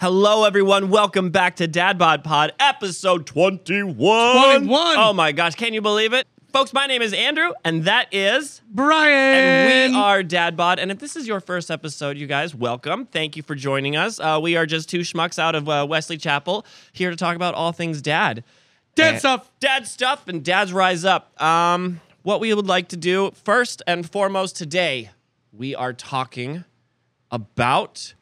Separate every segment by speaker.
Speaker 1: Hello, everyone. Welcome back to Dad Bod Pod, episode 21.
Speaker 2: 21.
Speaker 1: Oh my gosh, can you believe it? Folks, my name is Andrew, and that is.
Speaker 2: Brian.
Speaker 1: And we are Dad Bod. And if this is your first episode, you guys, welcome. Thank you for joining us. Uh, we are just two schmucks out of uh, Wesley Chapel here to talk about all things dad.
Speaker 2: dead stuff.
Speaker 1: Dad stuff and dads rise up. Um, what we would like to do first and foremost today, we are talking about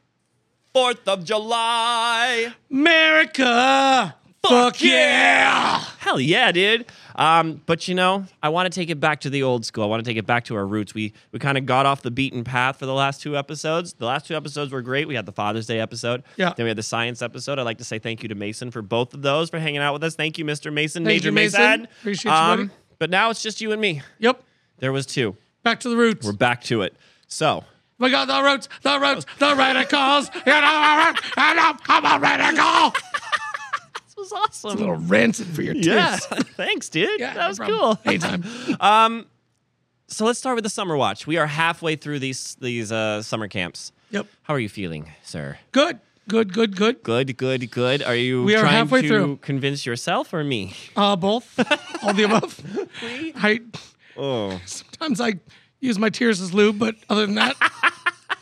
Speaker 1: 4th of July.
Speaker 2: America. Fuck, yeah.
Speaker 1: Hell yeah, dude. Um, but you know, I want to take it back to the old school. I want to take it back to our roots. We we kind of got off the beaten path for the last two episodes. The last two episodes were great. We had the Father's Day episode.
Speaker 2: Yeah.
Speaker 1: Then we had the science episode. I'd like to say thank you to Mason for both of those for hanging out with us. Thank you, Mr. Mason,
Speaker 2: Thank
Speaker 1: Major
Speaker 2: you, Mason.
Speaker 1: Mason. Um,
Speaker 2: Appreciate you, buddy.
Speaker 1: but now it's just you and me.
Speaker 2: Yep.
Speaker 1: There was two.
Speaker 2: Back to the roots.
Speaker 1: We're back to it. So
Speaker 2: we got the roots, the roots, the radicals. You know, I'm a- I'm a- I'm a radical.
Speaker 1: this was awesome.
Speaker 2: little rancid for your tits.
Speaker 1: Yeah. Thanks, dude. that
Speaker 2: no
Speaker 1: was
Speaker 2: problem.
Speaker 1: cool.
Speaker 2: Anytime.
Speaker 1: So let's start with the summer watch. We are halfway through these these uh, summer camps.
Speaker 2: yep.
Speaker 1: How are you feeling, sir?
Speaker 2: Good. Good, good, good.
Speaker 1: Good, good, good. Are you
Speaker 2: We are
Speaker 1: trying
Speaker 2: halfway
Speaker 1: to
Speaker 2: through.
Speaker 1: convince yourself or me?
Speaker 2: Uh, both. All the above. I
Speaker 1: Oh.
Speaker 2: Sometimes I use my tears as lube, but other than that,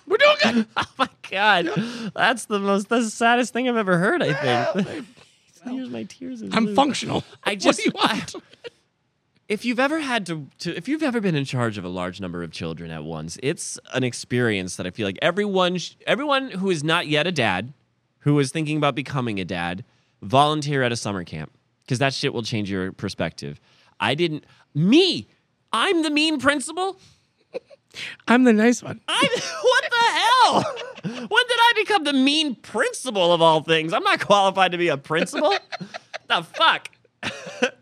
Speaker 2: we're doing good.
Speaker 1: my god. That's the most that's the saddest thing I've ever heard, I think. Here's my tears. as
Speaker 2: I'm
Speaker 1: lube.
Speaker 2: functional.
Speaker 1: I
Speaker 2: What
Speaker 1: just-
Speaker 2: do you want?
Speaker 1: If you've ever had to, to if you've ever been in charge of a large number of children at once, it's an experience that I feel like everyone sh- everyone who is not yet a dad, who is thinking about becoming a dad, volunteer at a summer camp because that shit will change your perspective. I didn't me. I'm the mean principal.
Speaker 2: I'm the nice one.
Speaker 1: I'm, what the hell? When did I become the mean principal of all things? I'm not qualified to be a principal. the fuck?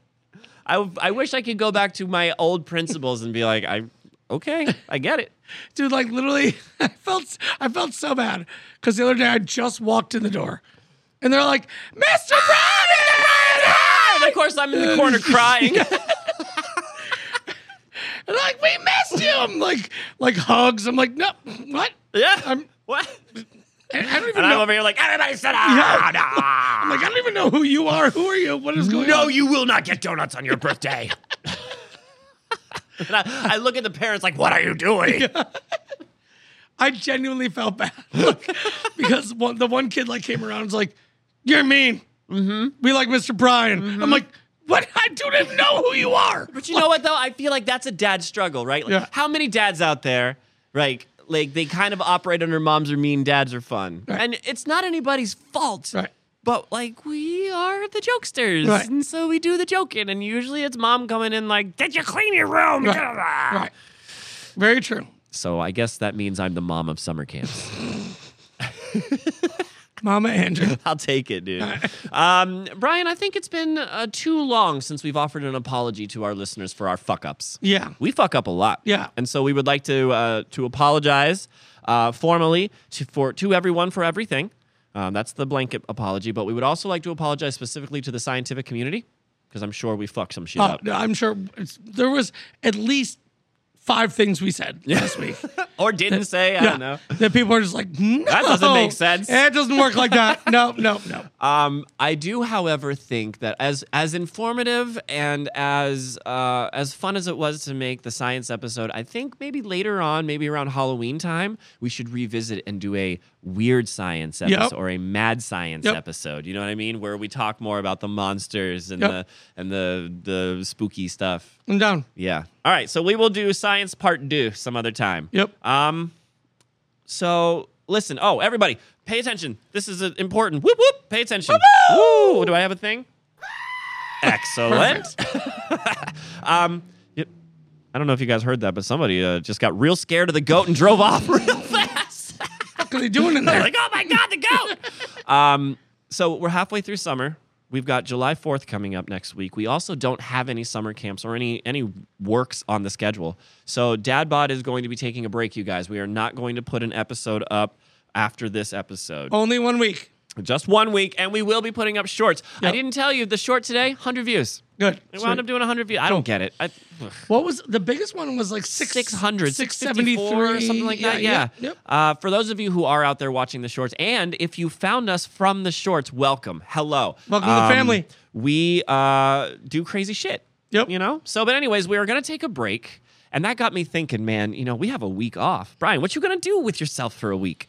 Speaker 1: I, I wish I could go back to my old principles and be like, I okay, I get it.
Speaker 2: dude like literally i felt i felt so bad because the other day i just walked in the door and they're like mr brownie
Speaker 1: And of course, I'm in the corner crying.
Speaker 2: and they're like we missed you i'm like like hugs i'm like no what
Speaker 1: Yeah.
Speaker 2: I'm-
Speaker 1: what?
Speaker 2: i, I don't even
Speaker 1: And I'm
Speaker 2: know
Speaker 1: over here like, everybody sit
Speaker 2: Yeah.
Speaker 1: down.
Speaker 2: I'm like "Oh, i don't even know who you are who are you what is going on
Speaker 1: No, you will not get donuts on your birthday. And I, I look at the parents like, what are you doing?
Speaker 2: i genuinely felt bad Like, because one, the one kid like came around and was like you're mean mm-hmm. we like mr brian i'm like what i don't even know who you are
Speaker 1: Mm-hmm. But you know what though? I feel like that's a dad struggle, right? Like,
Speaker 2: Yeah.
Speaker 1: How many dads out there, like, like they kind of operate under moms or mean dads are fun,
Speaker 2: Right.
Speaker 1: and it's not anybody's fault.
Speaker 2: Right.
Speaker 1: But like we are the jokesters,
Speaker 2: Right.
Speaker 1: and so we do the joking, and usually it's mom coming in like, "Did you clean your room?"
Speaker 2: right very true
Speaker 1: So I guess that means I'm the mom of summer camps.
Speaker 2: mama andrew
Speaker 1: I'll take it, dude. Um, Brian, I think it's been uh, too long since we've offered an apology to our listeners for our fuck ups.
Speaker 2: yeah
Speaker 1: we fuck up a lot.
Speaker 2: Yeah.
Speaker 1: And so we would like to uh, to apologize uh, formally to for to everyone for everything. Um, that's the blanket apology. But we would also like to apologize specifically to the scientific community because I'm sure we fucked some shit
Speaker 2: Oh,
Speaker 1: up.
Speaker 2: no, I'm sure it's, there was at least five things we said last week.
Speaker 1: Or didn't say. I
Speaker 2: Yeah,
Speaker 1: don't know.
Speaker 2: That people are just like, no,
Speaker 1: That doesn't make sense."
Speaker 2: It doesn't work like that. No, no, no.
Speaker 1: Um, I do, however, think that as as informative and as uh, as fun as it was to make the science episode, I think maybe later on, maybe around Halloween time, we should revisit and do a weird science
Speaker 2: Yep.
Speaker 1: episode or a mad science
Speaker 2: Yep.
Speaker 1: episode. You know what I mean? Where we talk more about the monsters and
Speaker 2: Yep.
Speaker 1: the and the the spooky stuff.
Speaker 2: I'm down.
Speaker 1: Yeah. All right. So we will do science part two some other time.
Speaker 2: Yep.
Speaker 1: Um, so listen. Oh, everybody, pay attention. This is uh, important. Whoop whoop. Pay attention. Woo! Do I have a thing? Excellent. um, yep. I don't know if you guys heard that, but somebody uh, just got real scared of the goat and drove off real fast.
Speaker 2: What are they doing in there?
Speaker 1: like, oh my god, the goat. um, so we're halfway through summer. We've got July 4th coming up next week. We also don't have any summer camps or any any works on the schedule. So Dad Bod is going to be taking
Speaker 2: Oh.
Speaker 1: a break, you guys. We are not going to put an episode up after this episode.
Speaker 2: Only one week.
Speaker 1: Just one week, and we will be putting up shorts. I
Speaker 2: Yep.
Speaker 1: didn't tell you the short today, hundred views.
Speaker 2: Good.
Speaker 1: It wound up doing hundred views. I don't get it. I, ugh.
Speaker 2: What was the biggest one? Was like six
Speaker 1: 600, 674
Speaker 2: 673,
Speaker 1: or something like that. Yeah.
Speaker 2: Yep.
Speaker 1: Uh, for those of you who are out there watching the shorts, and if you found us from the shorts, welcome. Hello. Um,
Speaker 2: Welcome to the family.
Speaker 1: We uh, do crazy shit.
Speaker 2: Yep.
Speaker 1: You know? So, but anyways, we are going to take a break. And that got me thinking, man, you know, we have a week off. Brian, what you going to do with yourself for a week?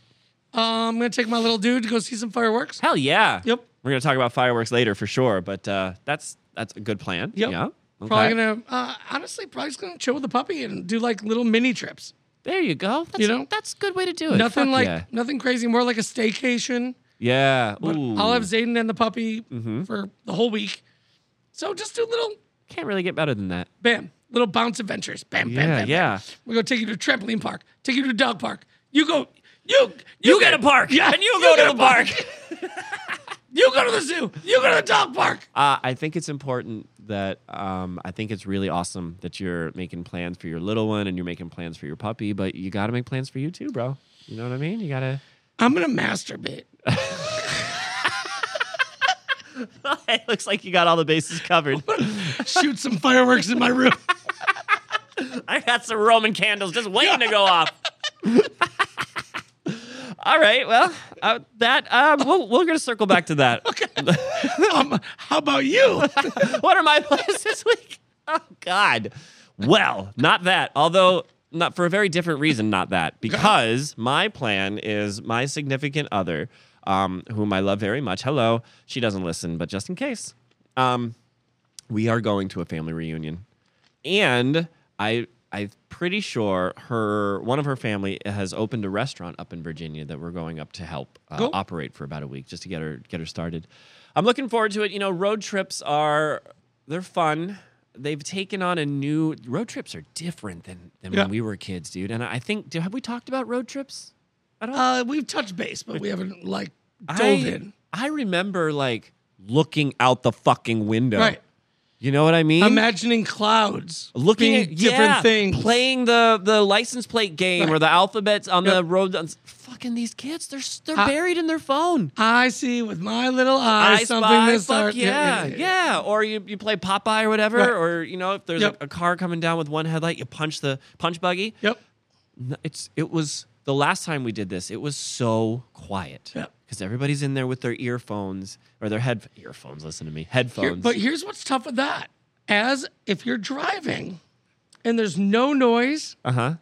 Speaker 2: Um, I'm gonna take my little dude to go see some fireworks.
Speaker 1: Hell yeah.
Speaker 2: Yep.
Speaker 1: We're going to talk about fireworks later for sure, but uh, that's that's a good plan.
Speaker 2: Yep.
Speaker 1: Yeah.
Speaker 2: Probably
Speaker 1: Okay.
Speaker 2: gonna uh, honestly probably just gonna chill with the puppy and do like little mini trips.
Speaker 1: there you go. That's,
Speaker 2: You know?
Speaker 1: that's a good way to do it.
Speaker 2: Nothing
Speaker 1: Fuck
Speaker 2: like
Speaker 1: yeah.
Speaker 2: nothing crazy. More like a staycation.
Speaker 1: yeah.
Speaker 2: But
Speaker 1: Ooh. Mm-hmm.
Speaker 2: I'll have Zayden and the puppy for the whole week. So just do little
Speaker 1: Can't really get better than that.
Speaker 2: bam, little bounce adventures. Bam, bam,
Speaker 1: Yeah,
Speaker 2: bam.
Speaker 1: yeah.
Speaker 2: Bam. We're gonna take you to trampoline park. Take you to dog park. You go. You
Speaker 1: You get a park,
Speaker 2: Yeah.
Speaker 1: and you go to
Speaker 2: get a
Speaker 1: the park.
Speaker 2: you go to the zoo. You go to the dog park.
Speaker 1: Uh, I think it's important that um, I think it's really awesome that you're making plans for your little one and you're making plans for your puppy, but you got to make plans for you too, bro. You know what I mean? You got to.
Speaker 2: I'm gonna masturbate.
Speaker 1: it looks like you got all the bases covered.
Speaker 2: Shoot some fireworks in my room.
Speaker 1: I got some Roman candles just waiting to go off. all right. Well, uh, that uh, we'll, we're going to circle back to that.
Speaker 2: um, how about you?
Speaker 1: what are my plans this week? Oh God. Well, not that. Although not for a very different reason, not that. Because my plan is my significant other, um, whom I love very much. Hello. She doesn't listen, but just in case. Um, we are going to a family reunion. And I I'm pretty sure her one of her family has opened a restaurant up in Virginia that we're going up to help uh,
Speaker 2: Cool.
Speaker 1: operate for about a week just to get her get her started. I'm looking forward to it. You know, road trips are they're fun. They've taken on a new road trips are different than than
Speaker 2: Yeah.
Speaker 1: when we were kids, dude. And I think do, have we talked about road trips?
Speaker 2: Uh, we've touched base, but we haven't like dove
Speaker 1: I,
Speaker 2: in.
Speaker 1: I remember like looking out the fucking window.
Speaker 2: Right.
Speaker 1: You know what I mean?
Speaker 2: Imagining clouds,
Speaker 1: looking
Speaker 2: being
Speaker 1: at
Speaker 2: different
Speaker 1: yeah,
Speaker 2: things.
Speaker 1: playing the the license plate game or
Speaker 2: Right.
Speaker 1: the alphabets on the
Speaker 2: Yep.
Speaker 1: road. it's- Fucking these kids, they're s- they're
Speaker 2: I-
Speaker 1: buried in their phone.
Speaker 2: I see with my little eyes
Speaker 1: I
Speaker 2: something
Speaker 1: spy,
Speaker 2: that's
Speaker 1: fuck
Speaker 2: art-
Speaker 1: yeah, yeah, Or you, you play Popeye or whatever,
Speaker 2: Right.
Speaker 1: or you know if there's
Speaker 2: Yep.
Speaker 1: a, a car coming down with one headlight, you punch the punch buggy.
Speaker 2: Yep.
Speaker 1: No, It's it was the last time we did this. It was so quiet
Speaker 2: Yep.
Speaker 1: because everybody's in there with their earphones or their head earphones. Listen to me, headphones.
Speaker 2: Here- but here's what's tough with that: as if you're driving and there's no noise,
Speaker 1: uh huh.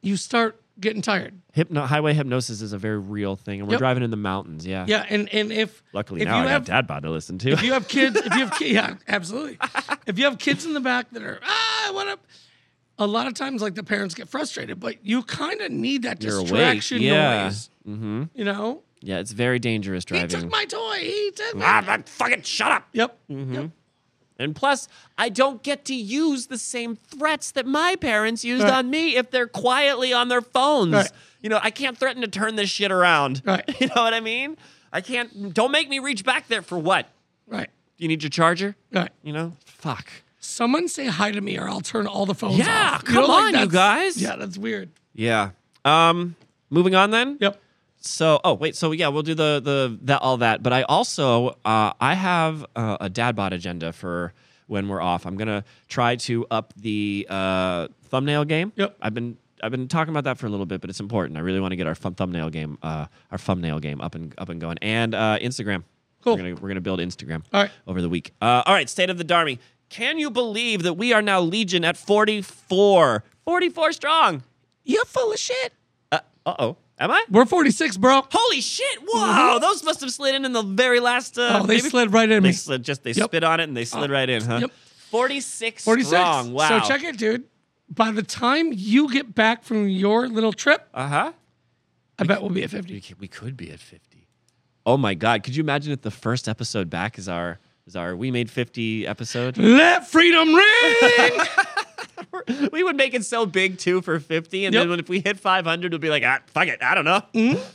Speaker 2: you start getting tired.
Speaker 1: Hypno- highway hypnosis is a very real thing, and we're
Speaker 2: Yep.
Speaker 1: driving in the mountains. Yeah.
Speaker 2: Yeah, and and if
Speaker 1: Luckily
Speaker 2: if
Speaker 1: now I
Speaker 2: you
Speaker 1: got
Speaker 2: have
Speaker 1: dad bod to listen to.
Speaker 2: if you have kids, if you have kids, yeah, absolutely. If you have kids in the back that are ah, what up. A lot of times, like the parents get frustrated, but you kind of need that
Speaker 1: You're awake,
Speaker 2: distraction
Speaker 1: yeah. Mm-hmm.
Speaker 2: noise. You know,
Speaker 1: yeah, it's very dangerous driving.
Speaker 2: He took my toy. He took my.
Speaker 1: ah, but fucking shut up.
Speaker 2: Yep. yep.
Speaker 1: And plus, I don't get to use the same threats that my parents used
Speaker 2: Right.
Speaker 1: on me if they're quietly on their phones.
Speaker 2: Right.
Speaker 1: You know, I can't threaten to turn this shit around.
Speaker 2: Right.
Speaker 1: You know what I mean? I can't. Don't make me reach back there for what?
Speaker 2: Right.
Speaker 1: You need your charger?
Speaker 2: Right.
Speaker 1: You know? Fuck.
Speaker 2: Someone say hi to me, or I'll turn all the phones
Speaker 1: Yeah,
Speaker 2: off.
Speaker 1: come on, you
Speaker 2: that's-
Speaker 1: guys.
Speaker 2: Yeah, that's weird.
Speaker 1: Yeah. Um. Moving on then.
Speaker 2: Yep.
Speaker 1: So, oh wait, so yeah, we'll do the the that all that. But I also uh, I have uh, a dad bod agenda for when we're off. I'm gonna try to up the uh, thumbnail game.
Speaker 2: Yep.
Speaker 1: I've been I've been talking about that for a little bit, but it's important. I really want to get our fun thumbnail game uh, our thumbnail game up and up and going, and uh, Instagram.
Speaker 2: Cool.
Speaker 1: We're gonna we're gonna build Instagram.
Speaker 2: All right.
Speaker 1: Over the week. Uh, all right. State of the Darmy. Can you believe that we are now Legion at 44? 44 strong.
Speaker 2: You're full of shit.
Speaker 1: Uh oh. Am I?
Speaker 2: We're 46, bro.
Speaker 1: Holy shit! Wow, those must have slid in in the very last. Uh,
Speaker 2: Mm-hmm. Oh, they
Speaker 1: maybe-
Speaker 2: slid right in
Speaker 1: They
Speaker 2: me.
Speaker 1: slid just they
Speaker 2: Yep. Oh,
Speaker 1: spit on it and they slid right in, huh?
Speaker 2: Yep.
Speaker 1: Forty-six.
Speaker 2: 46.
Speaker 1: Strong. Wow.
Speaker 2: So check it, dude. By the time you get back from your little trip,
Speaker 1: Uh huh.
Speaker 2: I bet we'll be at
Speaker 1: We
Speaker 2: 50.
Speaker 1: could, we could be at fifty. Oh my god! Could you imagine if the first episode back is our is our we made fifty episode?
Speaker 2: Let freedom ring.
Speaker 1: we would make it so big too for fifty, and
Speaker 2: Yep.
Speaker 1: then when- if we hit five hundred, we'll be like, ah, fuck it, I don't know.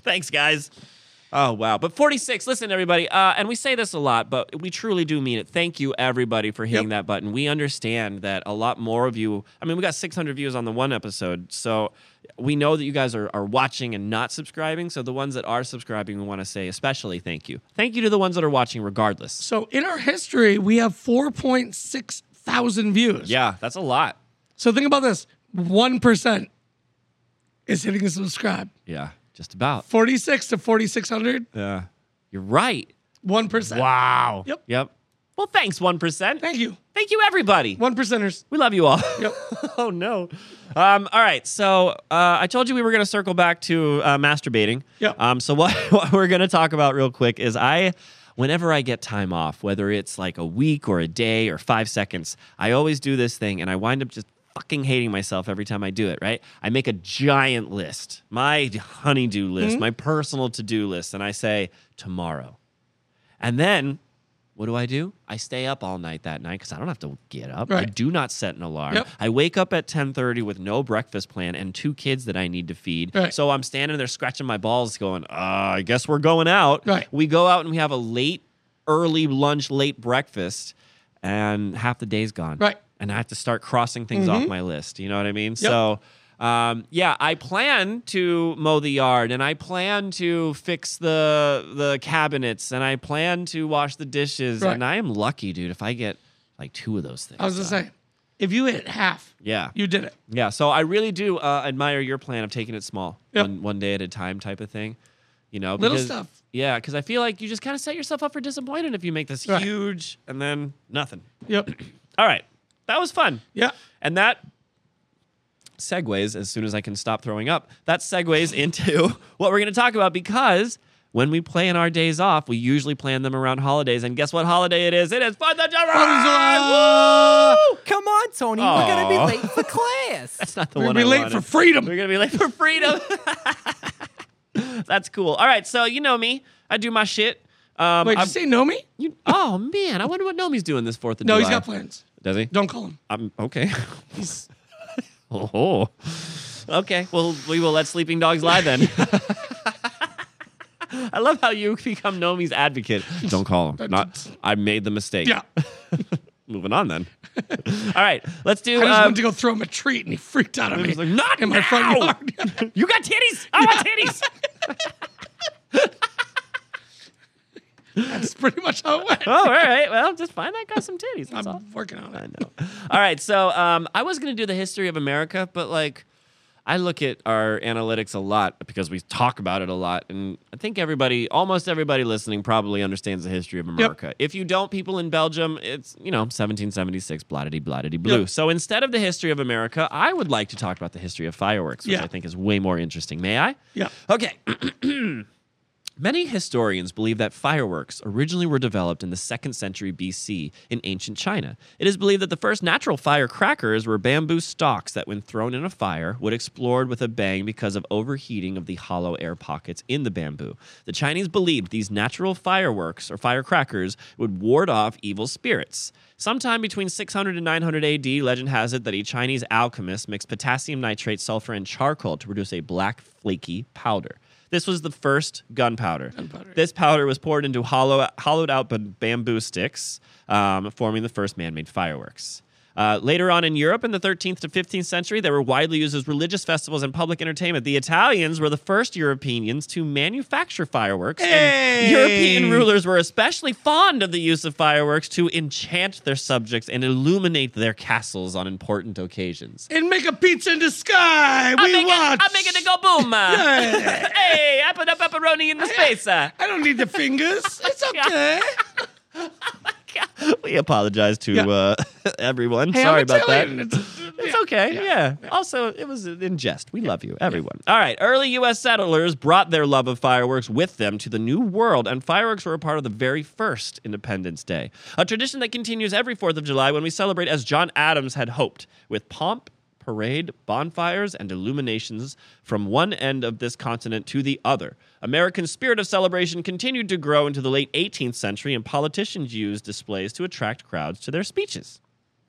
Speaker 1: Thanks, guys. Mm-hmm. Oh wow! But 46. Listen, everybody, uh, and we say this a lot, but we truly do mean it. Thank you, everybody, for hitting
Speaker 2: Yep.
Speaker 1: that button. We understand that a lot more of you. I mean, we got 600 views on the one episode, so we know that you guys are are watching and not subscribing. So the ones that are subscribing, we want to say especially thank you. Thank you to the ones that are watching, regardless.
Speaker 2: So in our history, we have 4.6 thousand views.
Speaker 1: Yeah, that's a lot.
Speaker 2: So think about this: one percent is hitting subscribe.
Speaker 1: Yeah, just about.
Speaker 2: 46 to 4600,
Speaker 1: Yeah, you're right.
Speaker 2: one percent.
Speaker 1: Wow.
Speaker 2: Yep.
Speaker 1: Yep. Well, thanks, one percent.
Speaker 2: Thank you,
Speaker 1: Thank you, everybody.
Speaker 2: one percenters.
Speaker 1: We love you all.
Speaker 2: Yep.
Speaker 1: oh no. Um, all right. So uh, I told you we were going to circle back to uh, masturbating.
Speaker 2: Yeah.
Speaker 1: Um, so what, what we're going to talk about real quick is I, whenever I get time off, whether it's like a week or a day or five seconds, I always do this thing, and I wind up just fucking hating myself every time I do it. Right. I make a giant list, my honeydew
Speaker 2: Mm-hmm.
Speaker 1: list, my personal to do list, and I say tomorrow. And then what do I do? I stay up all night that night because I don't have to get up. I
Speaker 2: Right.
Speaker 1: do not set an alarm.
Speaker 2: Yep.
Speaker 1: I wake up at 10:30 with no breakfast plan and two kids that I need to feed.
Speaker 2: Right.
Speaker 1: So I'm standing there scratching my balls, going, uh, I guess we're going out.
Speaker 2: Right.
Speaker 1: We go out and we have a late, early lunch, late breakfast, and half the day's gone.
Speaker 2: Right. Mm-hmm.
Speaker 1: And I have to start crossing things off my list. You know what I mean? So um, yeah, I plan to mow the yard and I plan to fix the the cabinets and I plan to wash the dishes.
Speaker 2: Right.
Speaker 1: And I am lucky, dude, if I get like two of those things.
Speaker 2: I was gonna
Speaker 1: done.
Speaker 2: say, if you hit half,
Speaker 1: Yeah.
Speaker 2: you did it.
Speaker 1: Yeah. So I really do uh, admire your plan of taking it small,
Speaker 2: Yep.
Speaker 1: one, one day at a time type of thing. You know,
Speaker 2: Little
Speaker 1: because-
Speaker 2: stuff.
Speaker 1: Yeah, because I feel like you just kind of set yourself up for disappointment if you make this
Speaker 2: Right.
Speaker 1: huge and then nothing.
Speaker 2: Yep.
Speaker 1: All right. That was fun.
Speaker 2: Yeah.
Speaker 1: And that segues, as soon as I can stop throwing up, that segues into what we're going to talk about because when we plan our days off, we usually plan them around holidays. And guess what holiday it is? It is 4th of July! Woo!
Speaker 3: Oh, Come on, Tony. We're going to
Speaker 1: Aw.
Speaker 3: be late for class.
Speaker 1: That's not the
Speaker 2: We're
Speaker 1: one
Speaker 2: gonna be
Speaker 1: I
Speaker 2: late
Speaker 1: wanted.
Speaker 2: for freedom.
Speaker 1: We're going to be late for freedom. That's cool. All right, so you know me. I do my shit. Um,
Speaker 2: Wait, did
Speaker 1: I'm-
Speaker 2: you say know me?
Speaker 1: you- oh, man. I wonder what Nomi's doing this 4th of
Speaker 2: No,
Speaker 1: July.
Speaker 2: he's got plans.
Speaker 1: Does he?
Speaker 2: Don't call him.
Speaker 1: I'm, okay.
Speaker 2: He's
Speaker 1: Oh. Okay. Well, we will let sleeping dogs lie then. I love how you become Nomi's advocate. Don't call him. Not. I made the mistake.
Speaker 2: yeah. I
Speaker 1: Moving on then. All right. Let's do.
Speaker 2: just
Speaker 1: um,
Speaker 2: wanted to go throw him a treat, and he freaked out
Speaker 1: I
Speaker 2: on me.
Speaker 1: was like, not
Speaker 2: in my front
Speaker 1: now!
Speaker 2: yard.
Speaker 1: You got titties. I want titties.
Speaker 2: That's pretty much how it went.
Speaker 1: oh, all right. Well, just find that guy some titties. That's all.
Speaker 2: I'm working on
Speaker 1: I
Speaker 2: it.
Speaker 1: know. All right, so um, I was gonna do the history of America, but like, I look at our analytics a lot because we talk about it a lot, and I think everybody, almost everybody listening, probably understands the history of America. If you don't, people in Belgium, it's you know 1776, blottity blottity blue.
Speaker 2: Yep.
Speaker 1: So instead of the history of America, I would like to talk about the history of fireworks, which
Speaker 2: Yeah.
Speaker 1: I think is way more interesting. May I?
Speaker 2: Yeah.
Speaker 1: Okay. Many historians believe that fireworks originally were developed in the 2nd century BC in ancient China. It is believed that the first natural firecrackers were bamboo stalks that, when thrown in a fire, would explode with a bang because of overheating of the hollow air pockets in the bamboo. The Chinese believed these natural fireworks or firecrackers would ward off evil spirits. Sometime between 600 and 900 AD, legend has it that a Chinese alchemist mixed potassium nitrate, sulfur, and charcoal to produce a black, flaky powder. This was the first gunpowder.
Speaker 2: Gunpowder.
Speaker 1: This powder was poured into hollow, hollowed out b- bamboo sticks, um, forming the first man made fireworks. Uh, later on in Europe in the 13th to 15th century, they were widely used as religious festivals and public entertainment. The Italians were the first Europeans to manufacture fireworks, and
Speaker 2: Hey!
Speaker 1: European rulers were especially fond of the use of fireworks to enchant their subjects and illuminate their castles on important occasions.
Speaker 2: And make a pizza in the sky.
Speaker 1: I
Speaker 2: we
Speaker 1: make
Speaker 2: watch.
Speaker 1: It, I make it to go boom.
Speaker 2: Yeah.
Speaker 1: hey, I put a pepperoni in the space. uh.
Speaker 2: I don't need the fingers. It's okay.
Speaker 1: we apologize to
Speaker 2: Yeah.
Speaker 1: uh, everyone.
Speaker 2: Hey, I'm
Speaker 1: Sorry about
Speaker 2: Italian.
Speaker 1: that.
Speaker 2: It's,
Speaker 1: It's
Speaker 2: yeah.
Speaker 1: okay. Yeah. Also, it was in jest. We love you, everyone. All right. Early U.S. settlers brought their love of fireworks with them to the New World, and fireworks were a part of the very first Independence Day, a tradition that continues every 4th of July when we celebrate as John Adams had hoped, with pomp, parade, bonfires, and illuminations from one end of this continent to the other. American spirit of celebration continued to grow into the late 18th century, and politicians used displays to attract crowds to their speeches.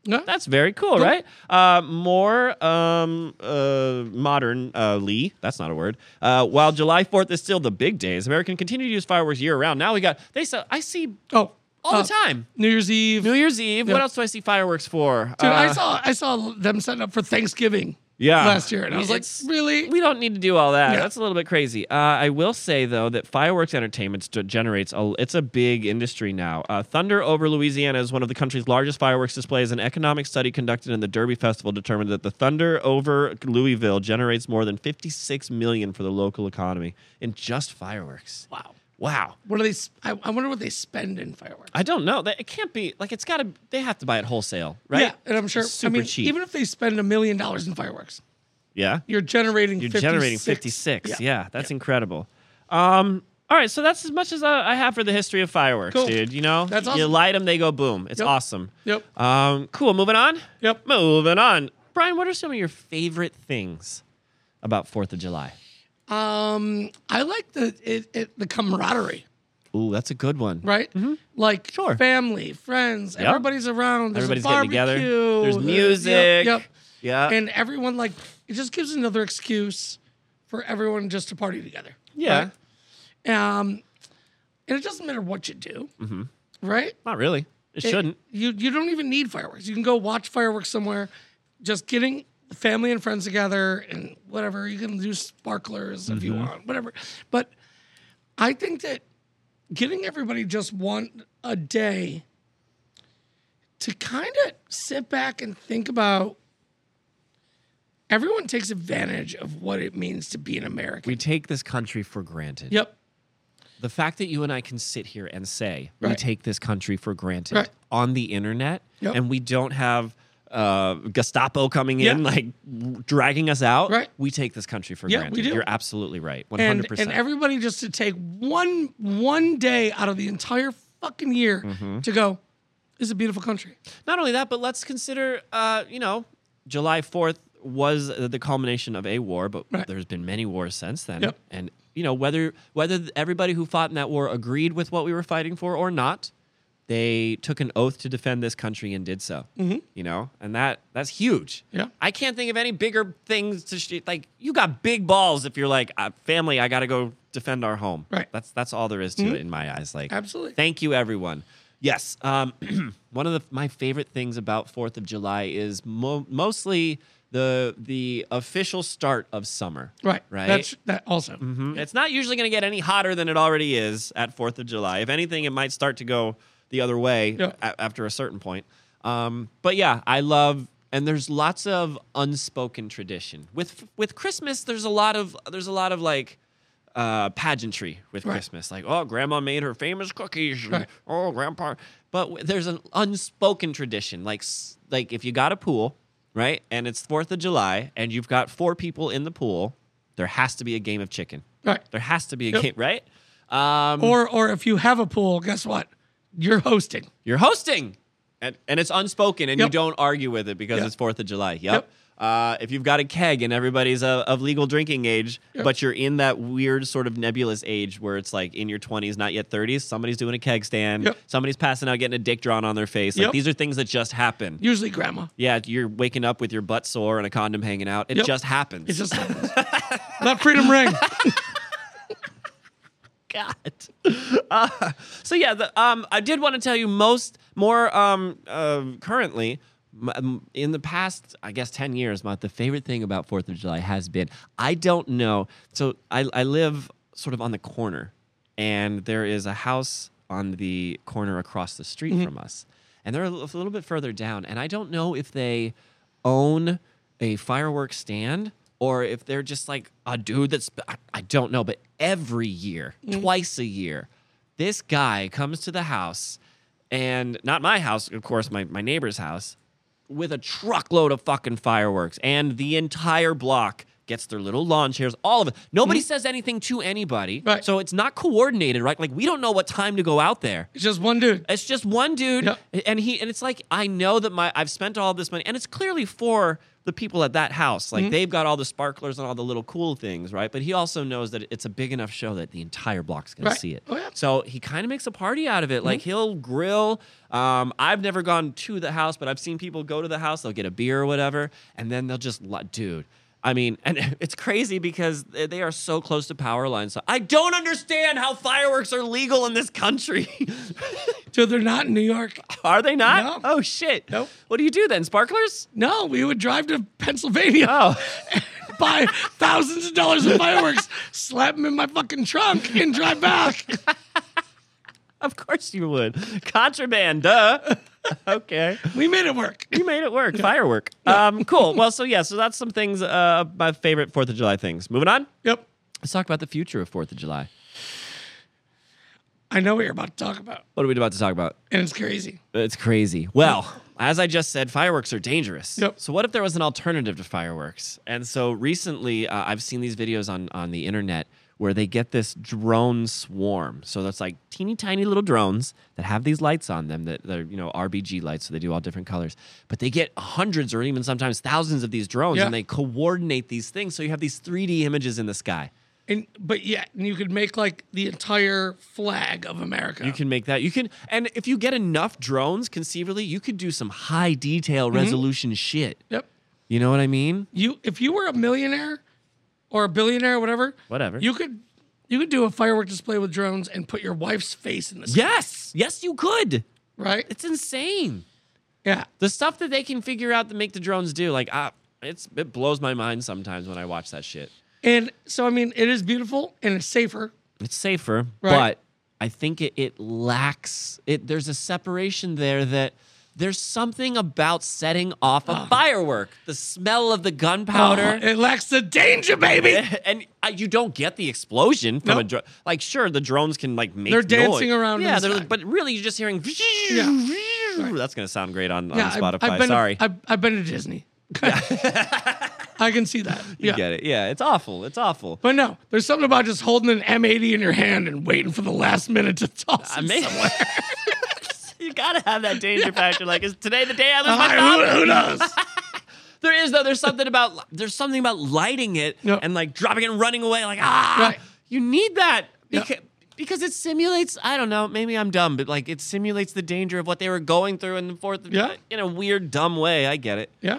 Speaker 2: Yeah.
Speaker 1: That's very cool, right? Uh, more um, uh, modern uh, Lee. That's not a word. Uh, while July Fourth is still the big day, as Americans continue to use fireworks year round. Now we got they. Sell, I see
Speaker 2: Oh,
Speaker 1: all
Speaker 2: uh,
Speaker 1: the time.
Speaker 2: New Year's Eve.
Speaker 1: New Year's Eve. What
Speaker 2: yeah.
Speaker 1: else do I see fireworks for?
Speaker 2: Dude, I
Speaker 1: Uh,
Speaker 2: saw I saw them setting up for Thanksgiving.
Speaker 1: Yeah.
Speaker 2: last year, and I was like,
Speaker 1: It's-
Speaker 2: really?
Speaker 1: We don't need to do all that.
Speaker 2: Yeah.
Speaker 1: That's a little bit crazy. Uh, I will say though that fireworks entertainment st- generates a, it's a big industry now. Uh, Thunder over Louisiana is one of the country's largest fireworks displays. An economic study conducted in the Derby Festival determined that the Thunder over Louisville generates more than 56 million for the local economy in just fireworks.
Speaker 2: wow.
Speaker 1: Wow.
Speaker 2: What are they? s- I, I wonder what they spend in fireworks.
Speaker 1: I don't know. That it can't be like it's got to. They have to buy it wholesale, right?
Speaker 2: Yeah, and I'm sure.
Speaker 1: Super
Speaker 2: I mean,
Speaker 1: cheap.
Speaker 2: even if they spend a million dollars in fireworks,
Speaker 1: yeah.
Speaker 2: you're generating.
Speaker 1: You're
Speaker 2: 56.
Speaker 1: generating 56. Yeah, that's incredible. Um, all right, so that's as much as I, I have for the history of fireworks,
Speaker 2: Cool.
Speaker 1: dude. You know,
Speaker 2: That's
Speaker 1: you
Speaker 2: awesome.
Speaker 1: light them, they go boom. It's
Speaker 2: Yep.
Speaker 1: awesome.
Speaker 2: Yep.
Speaker 1: Um, cool. Moving on.
Speaker 2: Yep.
Speaker 1: Moving on. Brian, what are some of your favorite things about Fourth of July?
Speaker 2: Um, I like the it, it, the camaraderie,
Speaker 1: Ooh, that's a good one.
Speaker 2: right? Like
Speaker 1: Mm-hmm. Sure.
Speaker 2: family, friends,
Speaker 1: Yep.
Speaker 2: everybody's around. There's a
Speaker 1: Everybody's getting together.
Speaker 2: barbecue,
Speaker 1: There's music.
Speaker 2: Yep. yep.
Speaker 1: Yeah.
Speaker 2: and everyone like it just gives another excuse for everyone just to party together.
Speaker 1: yeah.
Speaker 2: right? Um, and it doesn't matter what you do,
Speaker 1: Mm-hmm.
Speaker 2: right?
Speaker 1: Not really. It,
Speaker 2: It-
Speaker 1: shouldn't.
Speaker 2: You you don't even need fireworks. You can go watch fireworks somewhere. Just getting family and friends together and whatever. You can do sparklers if you want, whatever. But I think that getting everybody just one a day to kind of sit back and think about everyone takes advantage of what it means to be an American.
Speaker 1: We take this country for granted.
Speaker 2: yep.
Speaker 1: The fact that you and I can sit here and say we
Speaker 2: Right.
Speaker 1: take this country for granted
Speaker 2: Right.
Speaker 1: on the internet,
Speaker 2: Yep.
Speaker 1: and we don't have uh, Gestapo coming
Speaker 2: Yeah.
Speaker 1: in like w- dragging us out.
Speaker 2: Right.
Speaker 1: We take this country for
Speaker 2: Yeah, we
Speaker 1: granted.
Speaker 2: do.
Speaker 1: You're absolutely right. One
Speaker 2: and
Speaker 1: hundred percent.
Speaker 2: and everybody just to take one one day out of the entire fucking year
Speaker 1: Mm-hmm.
Speaker 2: to go. This is a beautiful country.
Speaker 1: Not only that, but let's consider, uh, you know, July Fourth was the culmination of a war, but
Speaker 2: Right.
Speaker 1: there's been many wars since then,
Speaker 2: Yep.
Speaker 1: and you know whether whether th- everybody who fought in that war agreed with what we were fighting for or not. They took an oath to defend this country and did so. You know, and that that's huge.
Speaker 2: Mm-hmm. Yeah.
Speaker 1: I can't think of any bigger things to sh- like. You got big balls if you're like uh, family. I got to go defend our home.
Speaker 2: Right. Mm-hmm.
Speaker 1: That's that's all there is to it in my eyes. Like
Speaker 2: Absolutely.
Speaker 1: Thank you, everyone. Yes, um, one of the, my favorite things about Fourth of July is mo- mostly the the official start of summer.
Speaker 2: Right.
Speaker 1: Right.
Speaker 2: That's that also.
Speaker 1: Mhm. It's not usually going to get any hotter than it already is at Fourth of July. If anything, it might start to go the other way
Speaker 2: Yeah.
Speaker 1: a- after a certain point. Um, but yeah, I love and there's lots of unspoken tradition with with Christmas. There's a lot of there's a lot of like. Uh, pageantry with
Speaker 2: Right.
Speaker 1: Christmas, like oh, grandma made her famous cookies, and,
Speaker 2: Right.
Speaker 1: oh, grandpa. But w- there's an unspoken tradition, like s- like if you got a pool, right, and it's Fourth of July, and you've got four people in the pool, there has to be a game of chicken.
Speaker 2: Right.
Speaker 1: There has to be a
Speaker 2: Yep.
Speaker 1: game, right? Um,
Speaker 2: Or or if you have a pool, guess what? You're hosting.
Speaker 1: you're hosting, and, and it's unspoken, and you
Speaker 2: Yep.
Speaker 1: don't argue with it because
Speaker 2: Yeah.
Speaker 1: it's Fourth of July. Yep.
Speaker 2: Yep.
Speaker 1: Uh, if you've got a keg and everybody's uh, of legal drinking age,
Speaker 2: Yep.
Speaker 1: but you're in that weird sort of nebulous age where it's like in your 20s, not yet 30s, somebody's doing a keg stand,
Speaker 2: Yep.
Speaker 1: somebody's passing out, getting a dick drawn on their face. Like
Speaker 2: Yep.
Speaker 1: these are things that just happen.
Speaker 2: Usually grandma.
Speaker 1: yeah, you're waking up with your butt sore and a condom hanging out. It
Speaker 2: Yep.
Speaker 1: just happens.
Speaker 2: It's just that freedom ring.
Speaker 1: God. Uh, so yeah, the, um, I did want to tell you most more um, uh, currently m- m- in the past, I guess ten years. My the favorite thing about Fourth of July has been I don't know. So I, I live sort of on the corner, and there is a house on the corner across the street from us, and they're a little- a little bit further down, and I don't know if they own a fireworks stand or if they're just like a dude that's I, I don't know, but every year, twice a year, this guy comes to the house and not my house, of course, my, my neighbor's house, with a truckload of fucking fireworks and the entire block gets their little lawn chairs, all of it. Nobody says anything to anybody.
Speaker 2: Right.
Speaker 1: So it's not coordinated, right? Like we don't know what time to go out there.
Speaker 2: It's just one dude.
Speaker 1: It's just one dude,
Speaker 2: Yeah.
Speaker 1: and he and it's like I know that my I've spent all this money, and it's clearly for the people at that house.
Speaker 2: Mm-hmm.
Speaker 1: Like they've got all the sparklers and all the little cool things, right? But he also knows that it's a big enough show that the entire block's gonna
Speaker 2: Right.
Speaker 1: see it.
Speaker 2: Oh, yeah. Mm-hmm.
Speaker 1: So he kind of makes a party out of it. Like he'll grill. Um, I've never gone to the house, but I've seen people go to the house. They'll get a beer or whatever, and then they'll just, lo- dude. I mean, and it's crazy because they they are so close to power lines. So I don't understand how fireworks are legal in this country.
Speaker 2: So they're not in New York.
Speaker 1: are they not?
Speaker 2: No.
Speaker 1: Oh shit!
Speaker 2: Nope.
Speaker 1: What do you do then? Sparklers?
Speaker 2: No, we would drive to Pennsylvania,
Speaker 1: Oh,
Speaker 2: buy thousands of dollars of fireworks, slap them in my fucking trunk, and drive back.
Speaker 1: of course you would. Contraband, duh. okay.
Speaker 2: We made it work.
Speaker 1: You made it work. Firework. Um, cool. Well, so yeah, so that's some things, uh, my favorite 4th of July things. Moving on.
Speaker 2: Yep.
Speaker 1: Let's talk about the future of 4th of July.
Speaker 2: I know what you're about to talk about,
Speaker 1: What are we about to talk about?
Speaker 2: and it's crazy.
Speaker 1: It's crazy. Well, as I just said, fireworks are dangerous.
Speaker 2: Yep.
Speaker 1: So what if there was an alternative to fireworks? And so recently, uh, I've seen these videos on on the internet where they get this drone swarm. So that's like teeny tiny little drones that have these lights on them that they're you know RBG lights, so they do all different colors. But they get hundreds or even sometimes thousands of these drones,
Speaker 2: Yeah.
Speaker 1: and they coordinate these things. So you have these 3D images in the sky.
Speaker 2: And but yeah, and you could make like the entire flag of America.
Speaker 1: You can make that. You can, and if you get enough drones, conceivably, you could do some high detail
Speaker 2: Mm-hmm.
Speaker 1: resolution shit.
Speaker 2: Yep.
Speaker 1: You know what I mean?
Speaker 2: You if you were a millionaire or a billionaire or whatever,
Speaker 1: Whatever.
Speaker 2: You could you could do a firework display with drones and put your wife's face in this.
Speaker 1: Yes, yes, you could.
Speaker 2: Right?
Speaker 1: It's insane.
Speaker 2: Yeah.
Speaker 1: The stuff that they can figure out to make the drones do, like, ah, it's it blows my mind sometimes when I watch that shit.
Speaker 2: And so I mean it is beautiful and it's safer.
Speaker 1: It's safer,
Speaker 2: Right.
Speaker 1: but I think it, it lacks it. There's a separation there that there's something about setting off a firework, the smell of the gunpowder.
Speaker 2: Oh, it lacks the danger, baby.
Speaker 1: and uh, you don't get the explosion from a
Speaker 2: Nope.
Speaker 1: drone. Like, sure, the drones can like make.
Speaker 2: They're dancing
Speaker 1: noise.
Speaker 2: around in
Speaker 1: Yeah,
Speaker 2: the
Speaker 1: they're,
Speaker 2: sky.
Speaker 1: but really, you're just hearing. That's gonna sound great on, on
Speaker 2: yeah,
Speaker 1: Spotify.
Speaker 2: I, have been
Speaker 1: Sorry,
Speaker 2: To, I've, I've been to Disney. I can see that.
Speaker 1: you
Speaker 2: Yeah.
Speaker 1: get it. Yeah, it's awful. It's awful.
Speaker 2: But no, there's something about just holding an M80 in your hand and waiting for the last minute to toss
Speaker 1: I
Speaker 2: it
Speaker 1: mean,
Speaker 2: somewhere.
Speaker 1: you gotta have that danger factor. Like, is today the day I lose my thumb?
Speaker 2: Who, who knows?
Speaker 1: There is though. There's something about there's something about lighting it
Speaker 2: Yeah.
Speaker 1: and like dropping it and running away. Like ah,
Speaker 2: Right.
Speaker 1: you need that
Speaker 2: Yeah.
Speaker 1: because because it simulates. I don't know. Maybe I'm dumb, but like it simulates the danger of what they were going through in the fourth. of-
Speaker 2: Yeah.
Speaker 1: in a weird dumb way. I get it,
Speaker 2: yeah.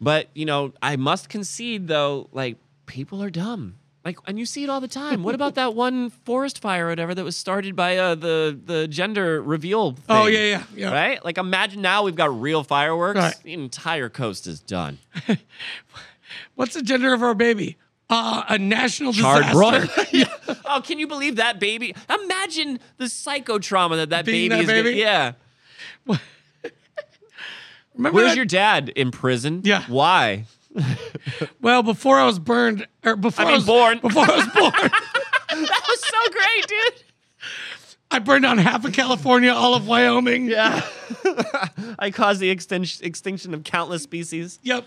Speaker 1: but you know I must concede though. Like people are dumb. Like and you see it all the time. What about that one forest fire or whatever that was started by uh, the the gender reveal? Thing?
Speaker 2: Oh yeah, yeah, yeah.
Speaker 1: Right? Like imagine now we've got real fireworks.
Speaker 2: Right.
Speaker 1: The entire coast is done.
Speaker 2: What's the gender of our baby? Uh, a national
Speaker 1: Hard
Speaker 2: disaster.
Speaker 1: broad. Oh, can you believe that baby? Imagine the psychotrauma that that
Speaker 2: Being
Speaker 1: baby is.
Speaker 2: that
Speaker 1: gonna-
Speaker 2: baby?
Speaker 1: yeah.
Speaker 2: Remember
Speaker 1: Where's
Speaker 2: that?
Speaker 1: your dad in prison?
Speaker 2: Yeah.
Speaker 1: Why?
Speaker 2: well before I was burned or before
Speaker 1: I
Speaker 2: I,
Speaker 1: mean,
Speaker 2: was
Speaker 1: born.
Speaker 2: Before I was born,
Speaker 1: That was so great, dude.
Speaker 2: I burned down half of California, all of Wyoming.
Speaker 1: Yeah. I caused the extin- extinction of countless species.
Speaker 2: Yep.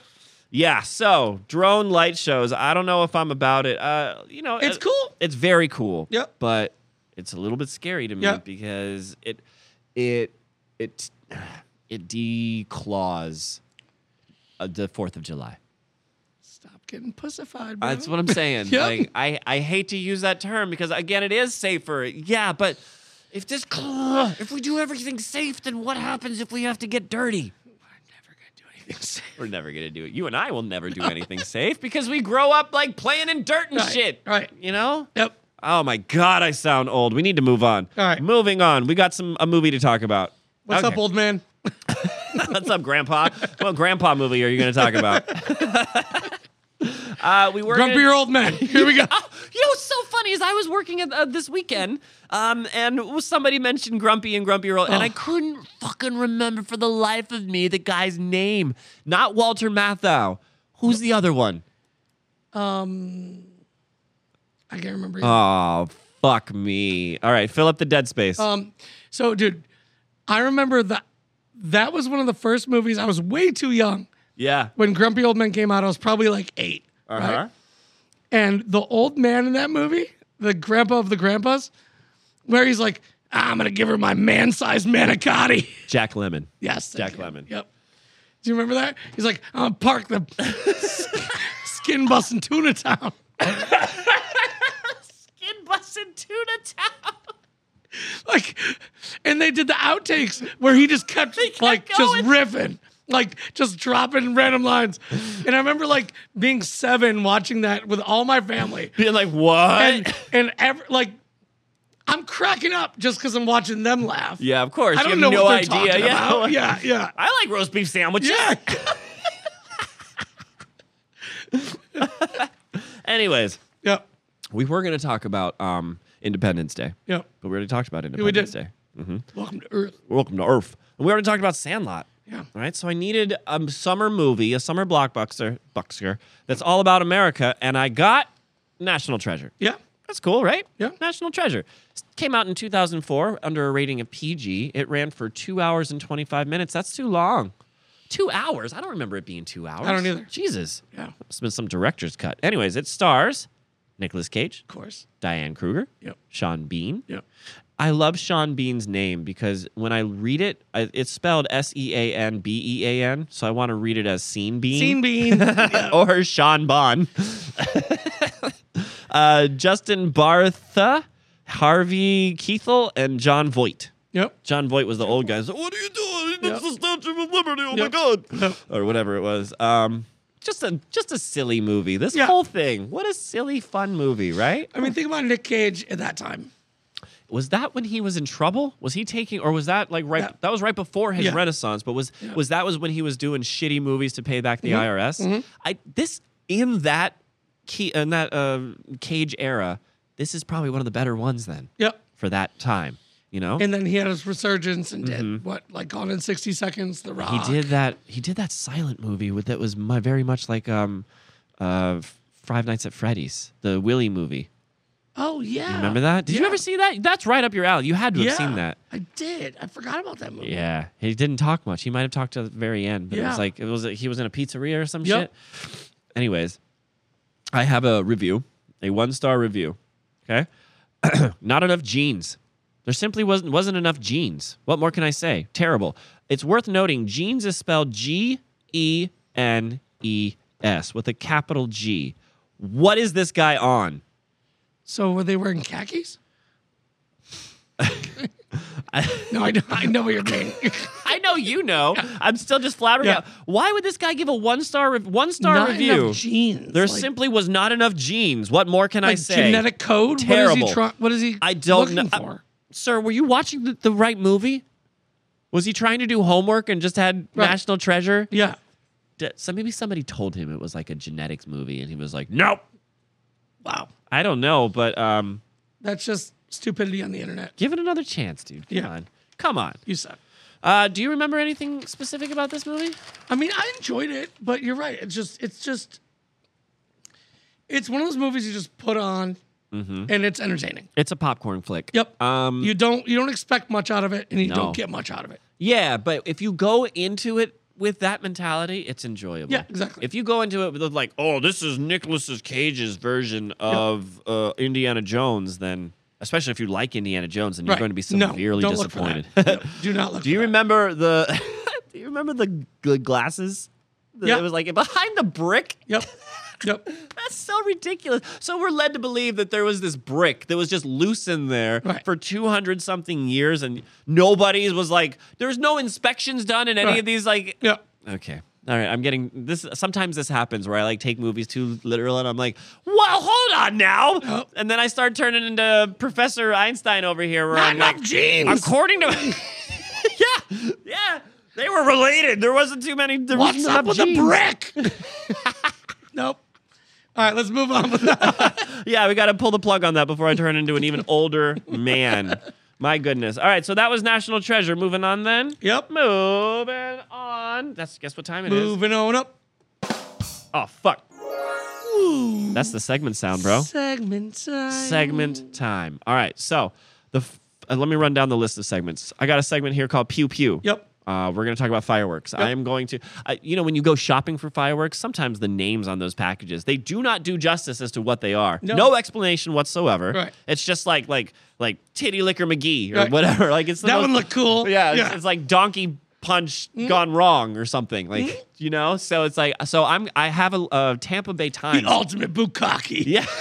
Speaker 1: Yeah. So drone light shows. I don't know if I'm about it. Uh, you know,
Speaker 2: It's
Speaker 1: uh,
Speaker 2: cool.
Speaker 1: It's very cool.
Speaker 2: Yep.
Speaker 1: But it's a little bit scary to me
Speaker 2: Yep.
Speaker 1: because it, it, it, it declaws uh, the Fourth of July.
Speaker 2: Stop getting pussified. Bro.
Speaker 1: That's what I'm saying.
Speaker 2: Yep.
Speaker 1: Like I, I hate to use that term because again, it is safer. Yeah, but if this, if we do everything safe, then what happens if we have to get dirty?
Speaker 2: Never gonna do anything. safe.
Speaker 1: We're never gonna do it. You and I will never do anything safe because we grow up like playing in dirt and
Speaker 2: Right,
Speaker 1: shit.
Speaker 2: right.
Speaker 1: You know?
Speaker 2: Yep.
Speaker 1: Oh my god, I sound old. We need to move on.
Speaker 2: All right.
Speaker 1: Moving on. We got some a movie to talk about.
Speaker 2: What's
Speaker 1: Okay.
Speaker 2: up, old man?
Speaker 1: What's up, Grandpa? what grandpa movie are you gonna talk about? uh, we were gonna-
Speaker 2: Grumpier old man. Here we go.
Speaker 1: Oh, You know what's so funny is I was working at, uh, this weekend, um, and somebody mentioned Grumpy and Grumpy Roll, and I couldn't fucking remember for the life of me the guy's name. Not Walter Matthau. Who's the other one?
Speaker 2: I can't remember.
Speaker 1: Oh, fuck me. All right, fill up the dead space.
Speaker 2: Um, so, dude, I remember that that was one of the first movies. I was way too young
Speaker 1: yeah.
Speaker 2: when Grumpy Old Men came out. I was probably like 8
Speaker 1: Uh-huh.
Speaker 2: right? And the old man in that movie, the grandpa of the grandpas, where he's like, "Ah, "I'm gonna give her my man-sized manicotti."
Speaker 1: Jack Lemon.
Speaker 2: yes, thank
Speaker 1: Jack
Speaker 2: you.
Speaker 1: Lemmon.
Speaker 2: Yep. Do you remember that? He's like, I'm gonna park the skin busting tuna town.
Speaker 1: Skin busting tuna town.
Speaker 2: Like, and they did the outtakes where he just kept,
Speaker 1: kept
Speaker 2: like just
Speaker 1: going.
Speaker 2: riffing, like just dropping random lines. And I remember like being seven watching that with all my family.
Speaker 1: Being like, what?
Speaker 2: And and ever like I'm cracking up just because I'm watching them laugh.
Speaker 1: yeah, of course.
Speaker 2: I
Speaker 1: you
Speaker 2: don't
Speaker 1: have
Speaker 2: know
Speaker 1: no
Speaker 2: what they're
Speaker 1: idea.
Speaker 2: talking
Speaker 1: yeah.
Speaker 2: about. Yeah, yeah.
Speaker 1: I like roast beef sandwiches.
Speaker 2: Yeah.
Speaker 1: Anyways,
Speaker 2: Yep.
Speaker 1: we were going to talk about um, Independence Day,
Speaker 2: Yep.
Speaker 1: but we already talked about
Speaker 2: we did.
Speaker 1: Independence Day.
Speaker 2: Welcome to Earth.
Speaker 1: Welcome to Earth. And we already talked about Sandlot.
Speaker 2: Yeah.
Speaker 1: All right. So I needed a summer movie, a summer blockbuster, buxer that's all about America, and I got National Treasure.
Speaker 2: Yeah.
Speaker 1: That's cool, right?
Speaker 2: Yeah.
Speaker 1: National Treasure. S- Came out in 2004 under a rating of PG. It ran for two hours and 25 minutes. That's too long. Two hours? I don't remember it being two hours.
Speaker 2: I don't either.
Speaker 1: Jesus.
Speaker 2: Yeah.
Speaker 1: It's been some director's cut. Anyways, it stars Nicolas Cage,
Speaker 2: Of course.
Speaker 1: Diane Kruger,
Speaker 2: Yep.
Speaker 1: Sean Bean.
Speaker 2: Yep.
Speaker 1: I love Sean Bean's name because when I read it, I, it's spelled S E A N B E A N. So I want to read it as Scene Bean
Speaker 2: Scene bean.
Speaker 1: or Sean Bon. uh, Justin Bartha, Harvey Keithel, and John Voight.
Speaker 2: yep.
Speaker 1: John Voight was the old guy. He's like, what are you doing?
Speaker 2: Yep.
Speaker 1: It's the Statue of Liberty. Oh my
Speaker 2: Yep.
Speaker 1: god,
Speaker 2: Yep.
Speaker 1: or whatever it was. Um, just a just a silly movie. This
Speaker 2: Yeah.
Speaker 1: whole thing. What a silly fun movie, right?
Speaker 2: I mean, think about Nick Cage at that time.
Speaker 1: Was that when he was in trouble? Was he taking, or was that like right?
Speaker 2: Yeah.
Speaker 1: That was right before his
Speaker 2: Yeah. Mm-hmm.
Speaker 1: renaissance. But was was that was when he was doing shitty movies to pay back the IRS? I this in that key in that uh, cage era. This is probably one of the better ones then
Speaker 2: Yep.
Speaker 1: for that time. You know,
Speaker 2: And then he had his resurgence and did what, like Gone in 60 Seconds, The
Speaker 1: Mm-hmm. he
Speaker 2: Rock.
Speaker 1: did that. He did that silent movie with that was my, very much like um, uh, Five Nights at Freddy's, the Willy movie.
Speaker 2: Oh, yeah.
Speaker 1: You remember that? Did you
Speaker 2: Yeah.
Speaker 1: ever see that? That's right up your alley. You had to have
Speaker 2: Yeah.
Speaker 1: seen that.
Speaker 2: I did. I forgot about that movie.
Speaker 1: Yeah, he didn't talk much. He might have talked at the very end, but it
Speaker 2: Yeah.
Speaker 1: was like it was he was in a pizzeria or some
Speaker 2: Yep.
Speaker 1: shit. Anyways, I have a review, a one star review. Okay, not enough jeans. There simply wasn't wasn't enough jeans. What more can I say? Terrible. It's worth noting jeans is spelled G E N E S with a capital G. What is this guy on?
Speaker 2: So were they wearing khakis? no, I know, I know what you're meaning.
Speaker 1: I know you know. I'm still just flabbergasted.
Speaker 2: Yeah.
Speaker 1: Why would this guy give a one star re- one star
Speaker 2: Not
Speaker 1: review?
Speaker 2: enough jeans.
Speaker 1: There
Speaker 2: like-
Speaker 1: simply was not enough genes. What more can I
Speaker 2: like
Speaker 1: say?
Speaker 2: genetic code. What
Speaker 1: Terrible.
Speaker 2: is he, try- what is he
Speaker 1: I don't
Speaker 2: looking
Speaker 1: know-
Speaker 2: for?
Speaker 1: Sir, were you watching the, the right movie? Was he trying to do homework and just had
Speaker 2: Right.
Speaker 1: National Treasure?
Speaker 2: Yeah.
Speaker 1: D- So maybe somebody told him it was like a genetics movie, and he was like, "Nope."
Speaker 2: Wow.
Speaker 1: I don't know, but um,
Speaker 2: That's just stupidity on the internet.
Speaker 1: give it another chance, dude. Come
Speaker 2: Yeah.
Speaker 1: on, come on.
Speaker 2: You suck.
Speaker 1: Uh, do you remember anything specific about this movie?
Speaker 2: I mean, I enjoyed it, but you're right. It's just, it's just, it's one of those movies you just put on, and it's entertaining.
Speaker 1: It's a popcorn flick.
Speaker 2: Yep.
Speaker 1: Mm-hmm. Um,
Speaker 2: you don't you don't expect much out of it, and you
Speaker 1: No.
Speaker 2: don't get much out of it.
Speaker 1: Yeah, but if you go into it with that mentality, it's enjoyable.
Speaker 2: Yeah, exactly.
Speaker 1: If you go into it with like, oh, this is Nicholas Cage's version of uh, Indiana Jones, then especially if you like Indiana Jones, then you're
Speaker 2: right.
Speaker 1: going to be
Speaker 2: No,
Speaker 1: severely
Speaker 2: don't look for that.
Speaker 1: disappointed.
Speaker 2: No, do not look.
Speaker 1: do you
Speaker 2: for that.
Speaker 1: remember the? do you remember the, the glasses? The-
Speaker 2: Yeah.
Speaker 1: It was like behind the brick.
Speaker 2: Yep. Yep.
Speaker 1: That's so ridiculous. So we're led to believe that there was this brick that was just loose in there
Speaker 2: Right.
Speaker 1: for 200 something years and nobody was like there's no inspections done in any
Speaker 2: Right.
Speaker 1: of these like
Speaker 2: Yep.
Speaker 1: Okay. All right, I'm getting this sometimes this happens where I like take movies too literal and I'm like, "Well, hold on now."
Speaker 2: Oh.
Speaker 1: And then I start turning into Professor Einstein over here where
Speaker 2: Not
Speaker 1: I'm like,
Speaker 2: enough jeans.
Speaker 1: According to Yeah. Yeah. They were related. There wasn't too many there
Speaker 2: What's
Speaker 1: wasn't
Speaker 2: up
Speaker 1: enough
Speaker 2: with
Speaker 1: genes.
Speaker 2: the brick? nope. All right, let's move on.
Speaker 1: Yeah, we got to pull the plug on that before I turn into an even older man. My goodness. All right, so that was National Treasure. Moving on then.
Speaker 2: yep.
Speaker 1: Moving on. That's guess what time it is.
Speaker 2: Moving on up.
Speaker 1: Oh fuck. That's the segment sound, bro.
Speaker 2: Segment time.
Speaker 1: Segment time. All right, so the f- uh, let me run down the list of segments. I got a segment here called Pew Pew.
Speaker 2: Yep.
Speaker 1: Uh, we're going to talk about fireworks. I am going to, I, you know, when you go shopping for fireworks, sometimes the names on those packages they do not do justice as to what they are.
Speaker 2: No.
Speaker 1: explanation whatsoever.
Speaker 2: Right.
Speaker 1: It's just like like like Titty Licker McGee or
Speaker 2: Right.
Speaker 1: whatever. Like it's the
Speaker 2: That
Speaker 1: most-
Speaker 2: one looked cool.
Speaker 1: Yeah, it's,
Speaker 2: Yeah. Mm.
Speaker 1: it's like Donkey punch gone wrong or something. Like you know, so it's like so I'm I have a, a Tampa Bay Times.
Speaker 2: The ultimate bukkake.
Speaker 1: Yeah.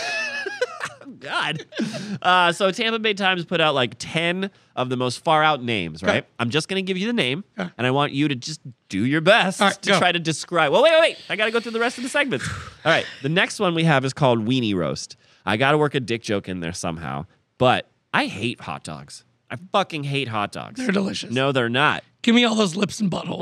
Speaker 1: God. Uh, so Tampa Bay Times put out like 10 of the most far out names, right? I'm just going to give you the name and I want you to just do your best
Speaker 2: All right,
Speaker 1: to
Speaker 2: go.
Speaker 1: try to describe. Well, wait, wait, wait. I got to go through the rest of the segments. All right. The next one we have is called Weenie Roast. I got to work a dick joke in there somehow, but I hate hot dogs. I fucking hate hot dogs.
Speaker 2: They're delicious.
Speaker 1: No, they're not.
Speaker 2: Give me all those lips and buttholes.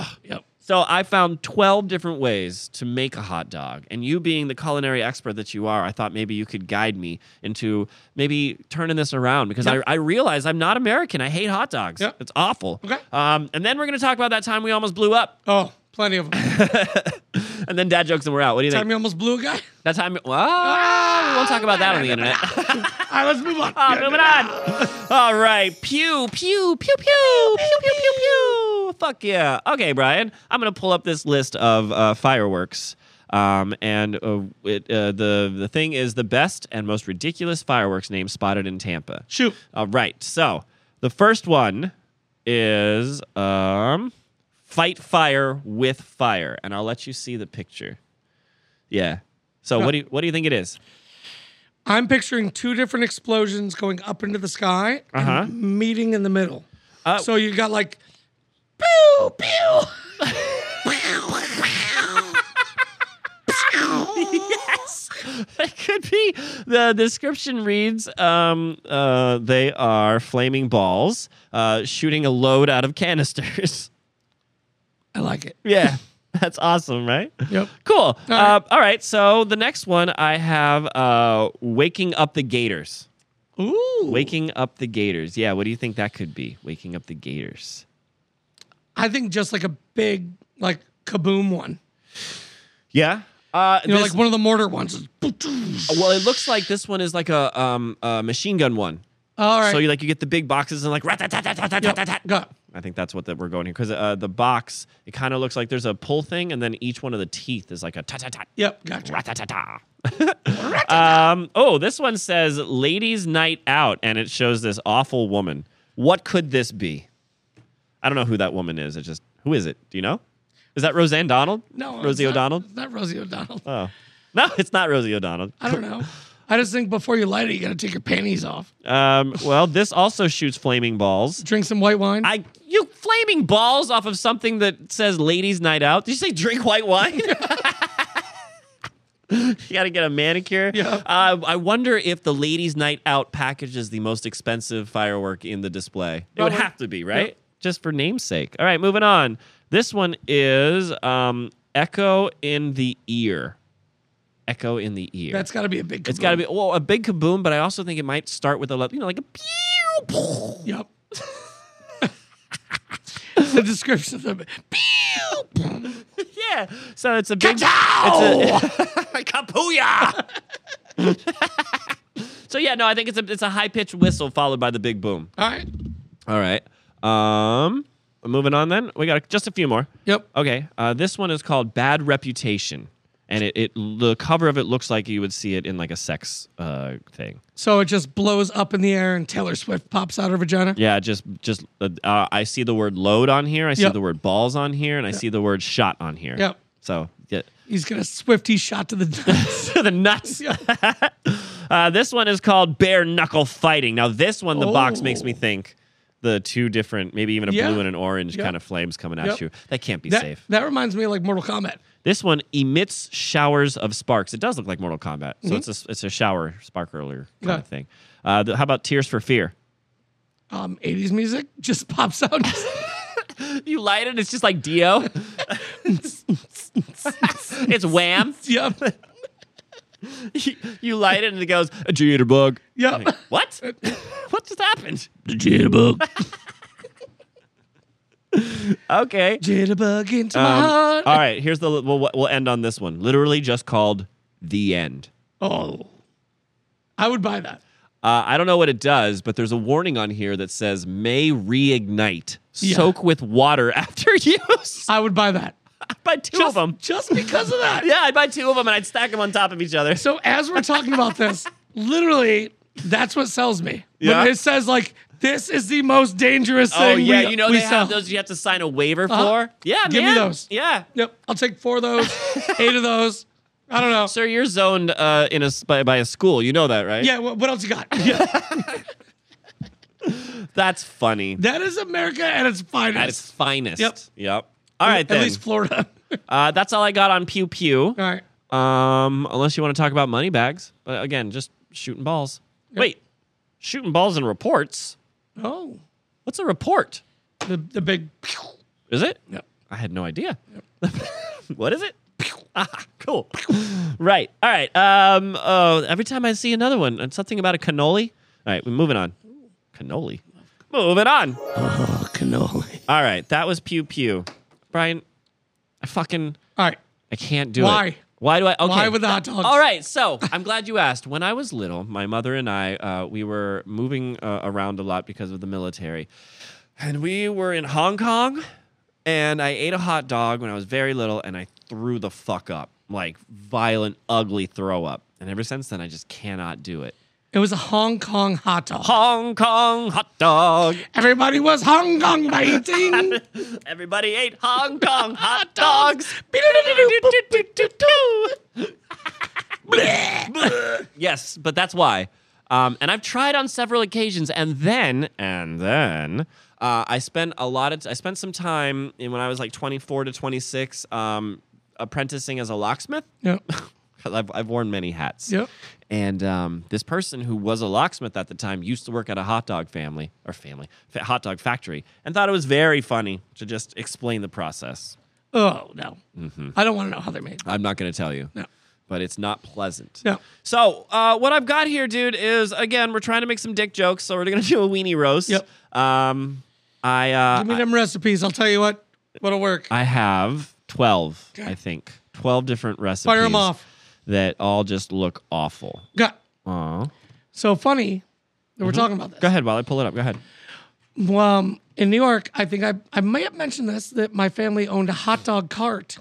Speaker 1: Ugh.
Speaker 2: Yep.
Speaker 1: So I found 12 different ways to make a hot dog. And you being the culinary expert that you are, I thought maybe you could guide me into maybe turning this around because
Speaker 2: Yep.
Speaker 1: I, I realize I'm not American. I hate hot dogs.
Speaker 2: Yep.
Speaker 1: It's awful.
Speaker 2: Okay.
Speaker 1: Um, and then we're going to talk about that time we almost blew up.
Speaker 2: Oh, plenty of them.
Speaker 1: And then dad jokes and we're out. What do you
Speaker 2: Time
Speaker 1: think?
Speaker 2: you almost blew a guy.
Speaker 1: That time. Well, we won't talk about that on the internet.
Speaker 2: All right, let's move on.
Speaker 1: Ah, moving on. All right. Pew, pew, pew, pew, pew, pew, pew, pew. Fuck yeah. Okay, Brian. I'm going to pull up this list of uh, fireworks. Um, and uh, it, uh, the, the thing is the best and most ridiculous fireworks name spotted in Tampa.
Speaker 2: Shoot.
Speaker 1: All right. So the first one is um, Fight Fire with Fire. And I'll let you see the picture. Yeah. So what do you, what do you think it is?
Speaker 2: I'm picturing two different explosions going up into the sky
Speaker 1: Uh-huh.
Speaker 2: and meeting in the middle.
Speaker 1: Uh,
Speaker 2: so you got like pew pew.
Speaker 1: yes, it could be. The description reads: um, uh, they are flaming balls, uh, shooting a load out of canisters.
Speaker 2: I like it.
Speaker 1: yeah, that's awesome, right?
Speaker 2: Yep.
Speaker 1: Cool. All right.
Speaker 2: right.
Speaker 1: Uh, all right. So the next one I have: uh, waking up the gators.
Speaker 2: Ooh.
Speaker 1: Waking up the gators. Yeah. What do you think that could be? Waking up the gators.
Speaker 2: I think just like a big like kaboom one.
Speaker 1: Yeah. Uh,
Speaker 2: You know,
Speaker 1: this-
Speaker 2: like one of the mortar ones. It's-
Speaker 1: well, it looks like this one is like a, um, a machine gun one.
Speaker 2: All right.
Speaker 1: So you like you get the big boxes and like rat-tat-tat-tat-tat-tat-tat.
Speaker 2: Go.
Speaker 1: I think that's what that we're going here because uh, the box it kind of looks like there's a pull thing and then each one of the teeth is like a ta ta ta
Speaker 2: Yep. Gotcha.
Speaker 1: ta ta ta. Um. Oh, this one says "Ladies' Night Out" and it shows this awful woman. What could this be? I don't know who that woman is. It just who is it? Do you know? Is that Roseanne Donald?
Speaker 2: No.
Speaker 1: Rosie
Speaker 2: it's not-
Speaker 1: O'Donnell.
Speaker 2: It's not Rosie O'Donnell.
Speaker 1: Oh. No, it's not Rosie O'Donnell.
Speaker 2: I don't know. I just think before you light it, you got to take your panties off.
Speaker 1: Um, well, this also shoots flaming balls.
Speaker 2: Drink some white wine.
Speaker 1: I you flaming balls off of something that says ladies' night out. Did you say drink white wine? you got to get a manicure.
Speaker 2: Yeah.
Speaker 1: Uh, I wonder if the ladies' night out package is the most expensive firework in the display. It would
Speaker 2: Probably.
Speaker 1: have to be, right?
Speaker 2: Yep.
Speaker 1: Just for namesake. All right, moving on. This one is um, echo in the ear. Echo in the ear.
Speaker 2: That's got to be a big. Kaboom.
Speaker 1: it's got to be well a big kaboom, but I also think it might start with a le- you know like a pew.
Speaker 2: Yep. the description of the pew.
Speaker 1: Yeah. So it's a big.
Speaker 2: Ka-chow!
Speaker 1: It's a kapuya. so yeah, no, I think it's a it's a high pitched whistle followed by the big boom.
Speaker 2: All right.
Speaker 1: All right. Um, moving on then. We got just a few more.
Speaker 2: Yep.
Speaker 1: Okay. Uh, this one is called Bad Reputation, and it, it the cover of it looks like you would see it in like a sex uh thing.
Speaker 2: So it just blows up in the air and Taylor Swift pops out her vagina.
Speaker 1: Yeah. Just just uh, uh, I see the word load on here. I see
Speaker 2: Yep.
Speaker 1: the word balls on here, and I see the word shot on here.
Speaker 2: Yep.
Speaker 1: So yeah.
Speaker 2: He's gonna Swifty shot to the nuts.
Speaker 1: to the nuts. uh, this one is called bare knuckle fighting. Now, this one, the box
Speaker 2: Oh.
Speaker 1: makes me think the two different, maybe even a
Speaker 2: Yeah.
Speaker 1: blue and an orange
Speaker 2: Yep.
Speaker 1: kind of flames coming at
Speaker 2: Yep.
Speaker 1: you. That can't be
Speaker 2: that,
Speaker 1: safe.
Speaker 2: that reminds me of like Mortal Kombat.
Speaker 1: This one emits showers of sparks. It does look like Mortal Kombat, so it's a it's a shower spark earlier
Speaker 2: Mm-hmm.
Speaker 1: kind
Speaker 2: Yeah.
Speaker 1: of thing. Uh, the, how about Tears for Fear?
Speaker 2: Um, 80s music just pops out.
Speaker 1: You light it, it's just like Dio. it's Wham.
Speaker 2: yep.
Speaker 1: You light it and it goes a jitterbug.
Speaker 2: Yep.
Speaker 1: What? what just happened?
Speaker 2: The jitterbug.
Speaker 1: Okay.
Speaker 2: jitterbug into
Speaker 1: Um,
Speaker 2: my heart.
Speaker 1: all right, here's the we'll, we'll end on this one. Literally just called the end.
Speaker 2: oh. I would buy that.
Speaker 1: Uh, I don't know what it does, but there's a warning on here that says may reignite.
Speaker 2: Yeah.
Speaker 1: Soak with water after use.
Speaker 2: I would buy that.
Speaker 1: I'd buy two of
Speaker 2: Just,
Speaker 1: them.
Speaker 2: just because of that.
Speaker 1: Yeah, I'd buy two of them and I'd stack them on top of each other.
Speaker 2: So as we're talking about this, literally That's what sells me.
Speaker 1: Yeah?
Speaker 2: When it says like this is the most dangerous
Speaker 1: Oh
Speaker 2: thing.
Speaker 1: yeah,
Speaker 2: we,
Speaker 1: you know
Speaker 2: we
Speaker 1: they
Speaker 2: sell.
Speaker 1: have those you have to sign a waiver
Speaker 2: Uh-huh.
Speaker 1: for. Yeah,
Speaker 2: Give me
Speaker 1: man.
Speaker 2: those.
Speaker 1: Yeah,
Speaker 2: Yep, I'll take four of those, eight of those. I don't know.
Speaker 1: sir, you're zoned uh, in a s- by, by a school. You know that, right?
Speaker 2: yeah, what, what else you got? Yeah.
Speaker 1: that's funny.
Speaker 2: that is America at its finest.
Speaker 1: At its finest.
Speaker 2: Yep.
Speaker 1: Yep. All right
Speaker 2: At
Speaker 1: then.
Speaker 2: least Florida. All
Speaker 1: uh, that's all I got on pew pew.
Speaker 2: right.
Speaker 1: Um, unless you want to talk about money bags, but again, just shooting balls. Wait, shooting balls and reports.
Speaker 2: Oh,
Speaker 1: What's a report?
Speaker 2: the the big. pew.
Speaker 1: Is it?
Speaker 2: Yep.
Speaker 1: I had no idea. what is it? Ah, cool. right. All right. Um. Oh, every time I see another one, and something about a cannoli. All right, we're moving on. Cannoli. Moving on.
Speaker 2: Oh, cannoli.
Speaker 1: All right, that was pew pew. Brian, I fucking
Speaker 2: All right.
Speaker 1: I can't do it.
Speaker 2: Why?
Speaker 1: Why do I? Okay.
Speaker 2: Why with the hot dogs?
Speaker 1: All right, so I'm glad you asked. When I was little, my mother and I, uh, we were moving uh, around a lot because of the military, and we were in Hong Kong. And I ate a hot dog when I was very little, and I threw the fuck up, like violent, ugly throw up. And ever since then, I just cannot do it.
Speaker 2: It was a Hong Kong hot dog.
Speaker 1: Hong Kong hot dog.
Speaker 2: Everybody was Hong Kong biting.
Speaker 1: Everybody ate Hong Kong hot dogs. yes, but that's why. Um, and I've tried on several occasions, and then and then uh, I spent a lot of t- I spent some time in, when I was like 24 to 26 um, apprenticing as a locksmith.
Speaker 2: yep.
Speaker 1: 'Cause I've, I've worn many hats.
Speaker 2: Yep.
Speaker 1: And um, this person who was a locksmith at the time used to work at a hot dog family or family fa- hot dog factory and thought it was very funny to just explain the process.
Speaker 2: Oh no.
Speaker 1: Mm-hmm.
Speaker 2: I don't want to know how they're made.
Speaker 1: I'm not going to tell you.
Speaker 2: No.
Speaker 1: But it's not pleasant.
Speaker 2: No.
Speaker 1: So, uh, what I've got here, dude, is again, we're trying to make some dick jokes, so we're going to do a weenie roast.
Speaker 2: Yep.
Speaker 1: Um, I, uh,
Speaker 2: Give me
Speaker 1: I-
Speaker 2: them recipes. I'll tell you what. What'll work.
Speaker 1: I have 12, I think, 12 different recipes.
Speaker 2: Fire 'em off.
Speaker 1: That all just look awful.
Speaker 2: Got.
Speaker 1: Aw. Mm-hmm.
Speaker 2: So funny that we're talking about this.
Speaker 1: Go ahead while I pull it up. Go ahead.
Speaker 2: Well, um, in New York, I think I, I may have mentioned this that my family owned a hot dog cart.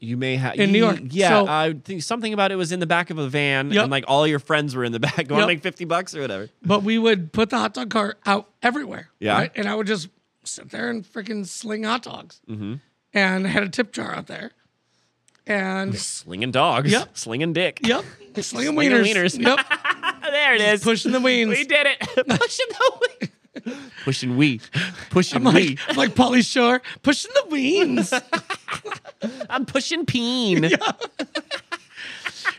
Speaker 1: You may have
Speaker 2: In New York.
Speaker 1: Yeah,
Speaker 2: So-
Speaker 1: I think something about it was in the back of a van,
Speaker 2: Yep.
Speaker 1: and like all your friends were in the back. going to
Speaker 2: Yep.
Speaker 1: make fifty bucks or whatever?
Speaker 2: But we would put the hot dog cart out everywhere.
Speaker 1: Yeah.
Speaker 2: And I would just sit there and freaking sling hot dogs. Mm-hmm. And I had a tip jar out there. And
Speaker 1: Slinging dogs.
Speaker 2: Yep.
Speaker 1: Slinging dick.
Speaker 2: yep, slinging
Speaker 1: Slinging
Speaker 2: wieners.
Speaker 1: wieners.
Speaker 2: Yep,
Speaker 1: there it is.
Speaker 2: pushing the
Speaker 1: We
Speaker 2: wieners.
Speaker 1: did it. Pushing the wee. Pushing we. Pushing
Speaker 2: I'm
Speaker 1: we.
Speaker 2: like, I'm like Polly Shore, pushing the wieners.
Speaker 1: I'm pushing peen.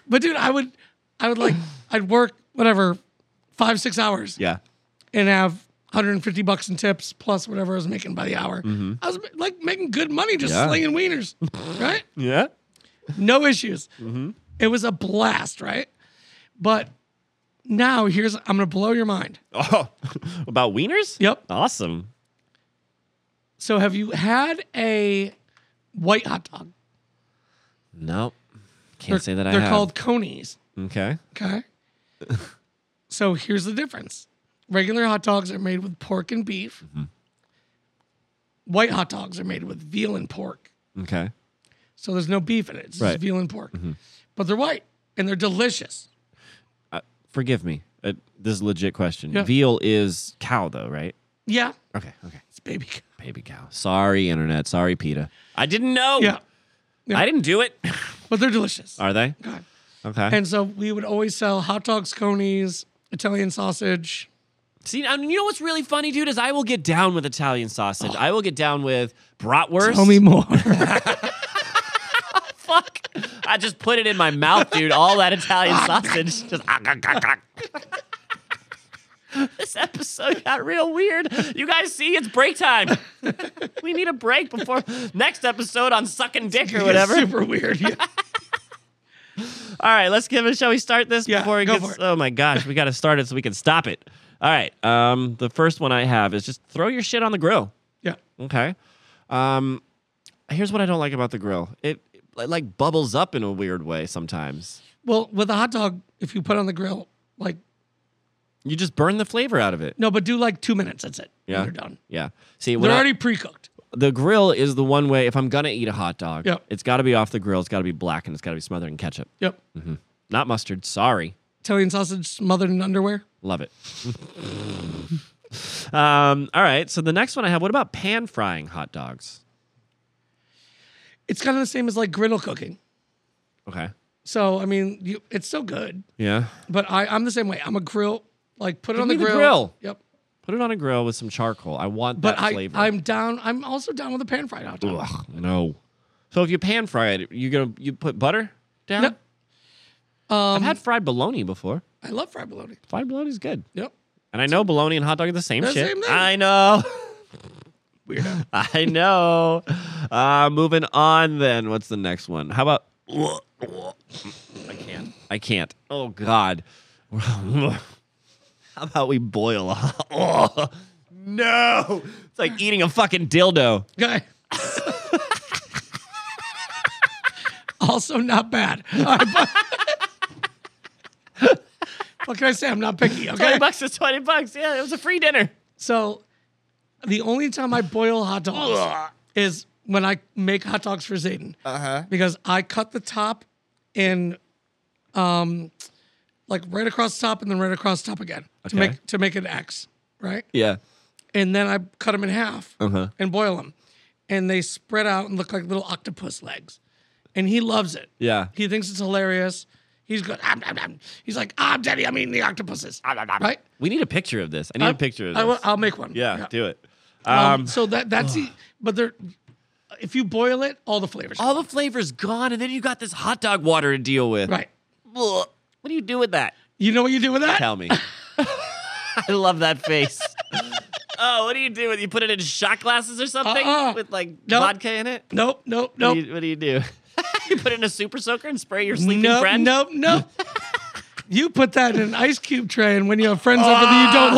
Speaker 2: but dude, I would, I would like, I'd work whatever, five six hours.
Speaker 1: Yeah.
Speaker 2: and have 150 bucks in tips plus whatever I was making by the hour. I was like making good money just
Speaker 1: Mm-hmm. Yeah.
Speaker 2: slinging wieners, right?
Speaker 1: Yeah.
Speaker 2: No issues.
Speaker 1: Mm-hmm.
Speaker 2: It was a blast, right? But now here's I'm gonna blow your mind.
Speaker 1: Oh, about wieners?
Speaker 2: Yep.
Speaker 1: Awesome.
Speaker 2: So have you had a white hot dog?
Speaker 1: Nope. Can't say that I
Speaker 2: They're
Speaker 1: have.
Speaker 2: called conies.
Speaker 1: Okay.
Speaker 2: Okay. so here's the difference. Regular hot dogs are made with pork and beef.
Speaker 1: Mm-hmm.
Speaker 2: White hot dogs are made with veal and pork.
Speaker 1: Okay.
Speaker 2: So there's no beef in it. It's
Speaker 1: Right. Mm-hmm.
Speaker 2: just veal and pork. But they're white and they're delicious.
Speaker 1: Forgive me. Uh, this is a legit question.
Speaker 2: Yeah.
Speaker 1: Veal is cow, though, right?
Speaker 2: Yeah.
Speaker 1: Okay. Okay.
Speaker 2: It's baby. cow.
Speaker 1: Baby cow. Sorry, internet. Sorry, PETA. I didn't know.
Speaker 2: Yeah.
Speaker 1: I didn't do it.
Speaker 2: But they're delicious.
Speaker 1: Are they?
Speaker 2: God.
Speaker 1: Okay.
Speaker 2: And so we would always sell hot dogs, conies, Italian sausage.
Speaker 1: See, I mean, you know what's really funny, dude, is I will get down with Italian sausage. I will get down with bratwurst.
Speaker 2: Tell me more.
Speaker 1: fuck. I just put it in my mouth, dude. All that Italian sausage. Just ah, this episode got real weird. You guys see, it's break time. We need a break before next episode on sucking dick or whatever.
Speaker 2: It's super weird. Yeah.
Speaker 1: All right, let's give it. Shall we start this
Speaker 2: Yeah,
Speaker 1: before it
Speaker 2: go
Speaker 1: gets?
Speaker 2: for it.
Speaker 1: Oh my gosh, we got to start it so we can stop it. All right. Um, the first one I have is just throw your shit on the grill.
Speaker 2: yeah.
Speaker 1: Okay. Um, here's what I don't like about the grill. It, it like bubbles up in a weird way sometimes.
Speaker 2: Well, with a hot dog, if you put on the grill, like,
Speaker 1: You just burn the flavor out of it.
Speaker 2: no, but do like two minutes. That's it.
Speaker 1: Yeah.
Speaker 2: You're done.
Speaker 1: Yeah. See, when
Speaker 2: They're
Speaker 1: I-
Speaker 2: already pre cooked.
Speaker 1: the grill is the one way. If I'm gonna eat a hot dog,
Speaker 2: Yep.
Speaker 1: it's got to be off the grill. It's got to be black, and it's got to be smothered in ketchup,
Speaker 2: Yep.
Speaker 1: not mustard. Sorry.
Speaker 2: Mm-hmm. Italian sausage smothered in underwear.
Speaker 1: Love it. um, all right. So the next one I have. What about pan frying hot dogs?
Speaker 2: It's kind of the same as like griddle cooking.
Speaker 1: Okay.
Speaker 2: So I mean, you, it's still good,
Speaker 1: Yeah.
Speaker 2: but I, I'm the same way. I'm a grill. Like put it on the
Speaker 1: me the
Speaker 2: grill.
Speaker 1: grill.
Speaker 2: Yep.
Speaker 1: Put it on a grill with some charcoal. I want
Speaker 2: But
Speaker 1: that
Speaker 2: I,
Speaker 1: flavor.
Speaker 2: I'm down. I'm also down with a pan fried hot dog.
Speaker 1: Ugh, no. So if you pan fry it, you gonna you put butter down?
Speaker 2: No.
Speaker 1: I've had fried bologna before.
Speaker 2: I love fried bologna.
Speaker 1: Fried bologna is good.
Speaker 2: Yep.
Speaker 1: And I know bologna and hot dog are the same
Speaker 2: They're the
Speaker 1: shit.
Speaker 2: same thing.
Speaker 1: I know.
Speaker 2: Weirdo.
Speaker 1: I know. Uh, moving on then. What's the next one? How about I can't. I can't. Oh God. How about we boil? oh, no. It's like eating a fucking dildo.
Speaker 2: Guy. also not bad. All right, but- what can I say? I'm not picky. Okay.
Speaker 1: 20 bucks is 20 bucks. Yeah, it was a free dinner.
Speaker 2: So the only time I boil hot dogs is when I make hot dogs for Zayden. Uh-huh. Because I cut the top and um like right across top and then right across top again to
Speaker 1: Okay.
Speaker 2: make to make an X, right?
Speaker 1: Yeah.
Speaker 2: And then I cut them in half
Speaker 1: Uh-huh.
Speaker 2: and boil them. And they spread out and look like little octopus legs. And he loves it.
Speaker 1: Yeah.
Speaker 2: He thinks it's hilarious. He's good. "Om, om, om." He's like, I'm daddy. I'm eating the octopuses.
Speaker 1: Ah,
Speaker 2: Om, om, om." Right?
Speaker 1: We need a picture of this. I need a picture of this.
Speaker 2: I, will- I'll make one.
Speaker 1: yeah, do it.
Speaker 2: Um,
Speaker 1: Um,
Speaker 2: so that that's the, but they're if you boil it, all the flavors.
Speaker 1: all the flavor's gone, and then you got this hot dog water to deal with.
Speaker 2: right.
Speaker 1: Ugh. What do you do with that?
Speaker 2: You know what you do with that?
Speaker 1: Tell me. I love that face. oh, what do you do with you put it in shot glasses or something
Speaker 2: Uh-uh.
Speaker 1: with like
Speaker 2: Nope.
Speaker 1: vodka in it?
Speaker 2: Nope, nope,
Speaker 1: What,
Speaker 2: nope.
Speaker 1: do you, what do you do? you put it in a super soaker and spray your sleeping
Speaker 2: nope,
Speaker 1: friend?
Speaker 2: nope, nope. you put that in an ice cube tray, and when you have friends over that you don't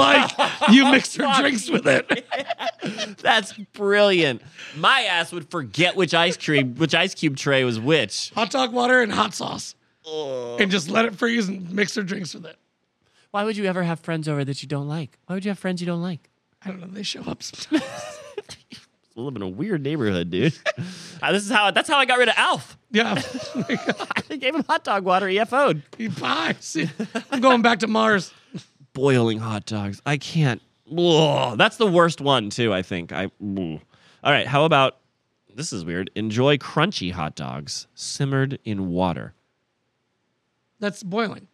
Speaker 2: like, you mix their drinks with it.
Speaker 1: That's brilliant. My ass would forget which ice cream, which ice cube tray was which.
Speaker 2: Hot dog water and hot sauce, and just let it freeze and mix their drinks with it.
Speaker 1: Why would you ever have friends over that you don't like? Why would you have friends you don't like?
Speaker 2: I don't know. They show up sometimes.
Speaker 1: We live in a weird neighborhood, dude. Uh, this is how that's how I got rid of Alf.
Speaker 2: yeah.
Speaker 1: I gave him hot dog water, EFO'd.
Speaker 2: He buys. I'm going back to Mars.
Speaker 1: Boiling hot dogs. I can't. Ugh. that's the worst one too. I think. I. ugh. All right. How about this is weird. Enjoy crunchy hot dogs simmered in water.
Speaker 2: That's boiling.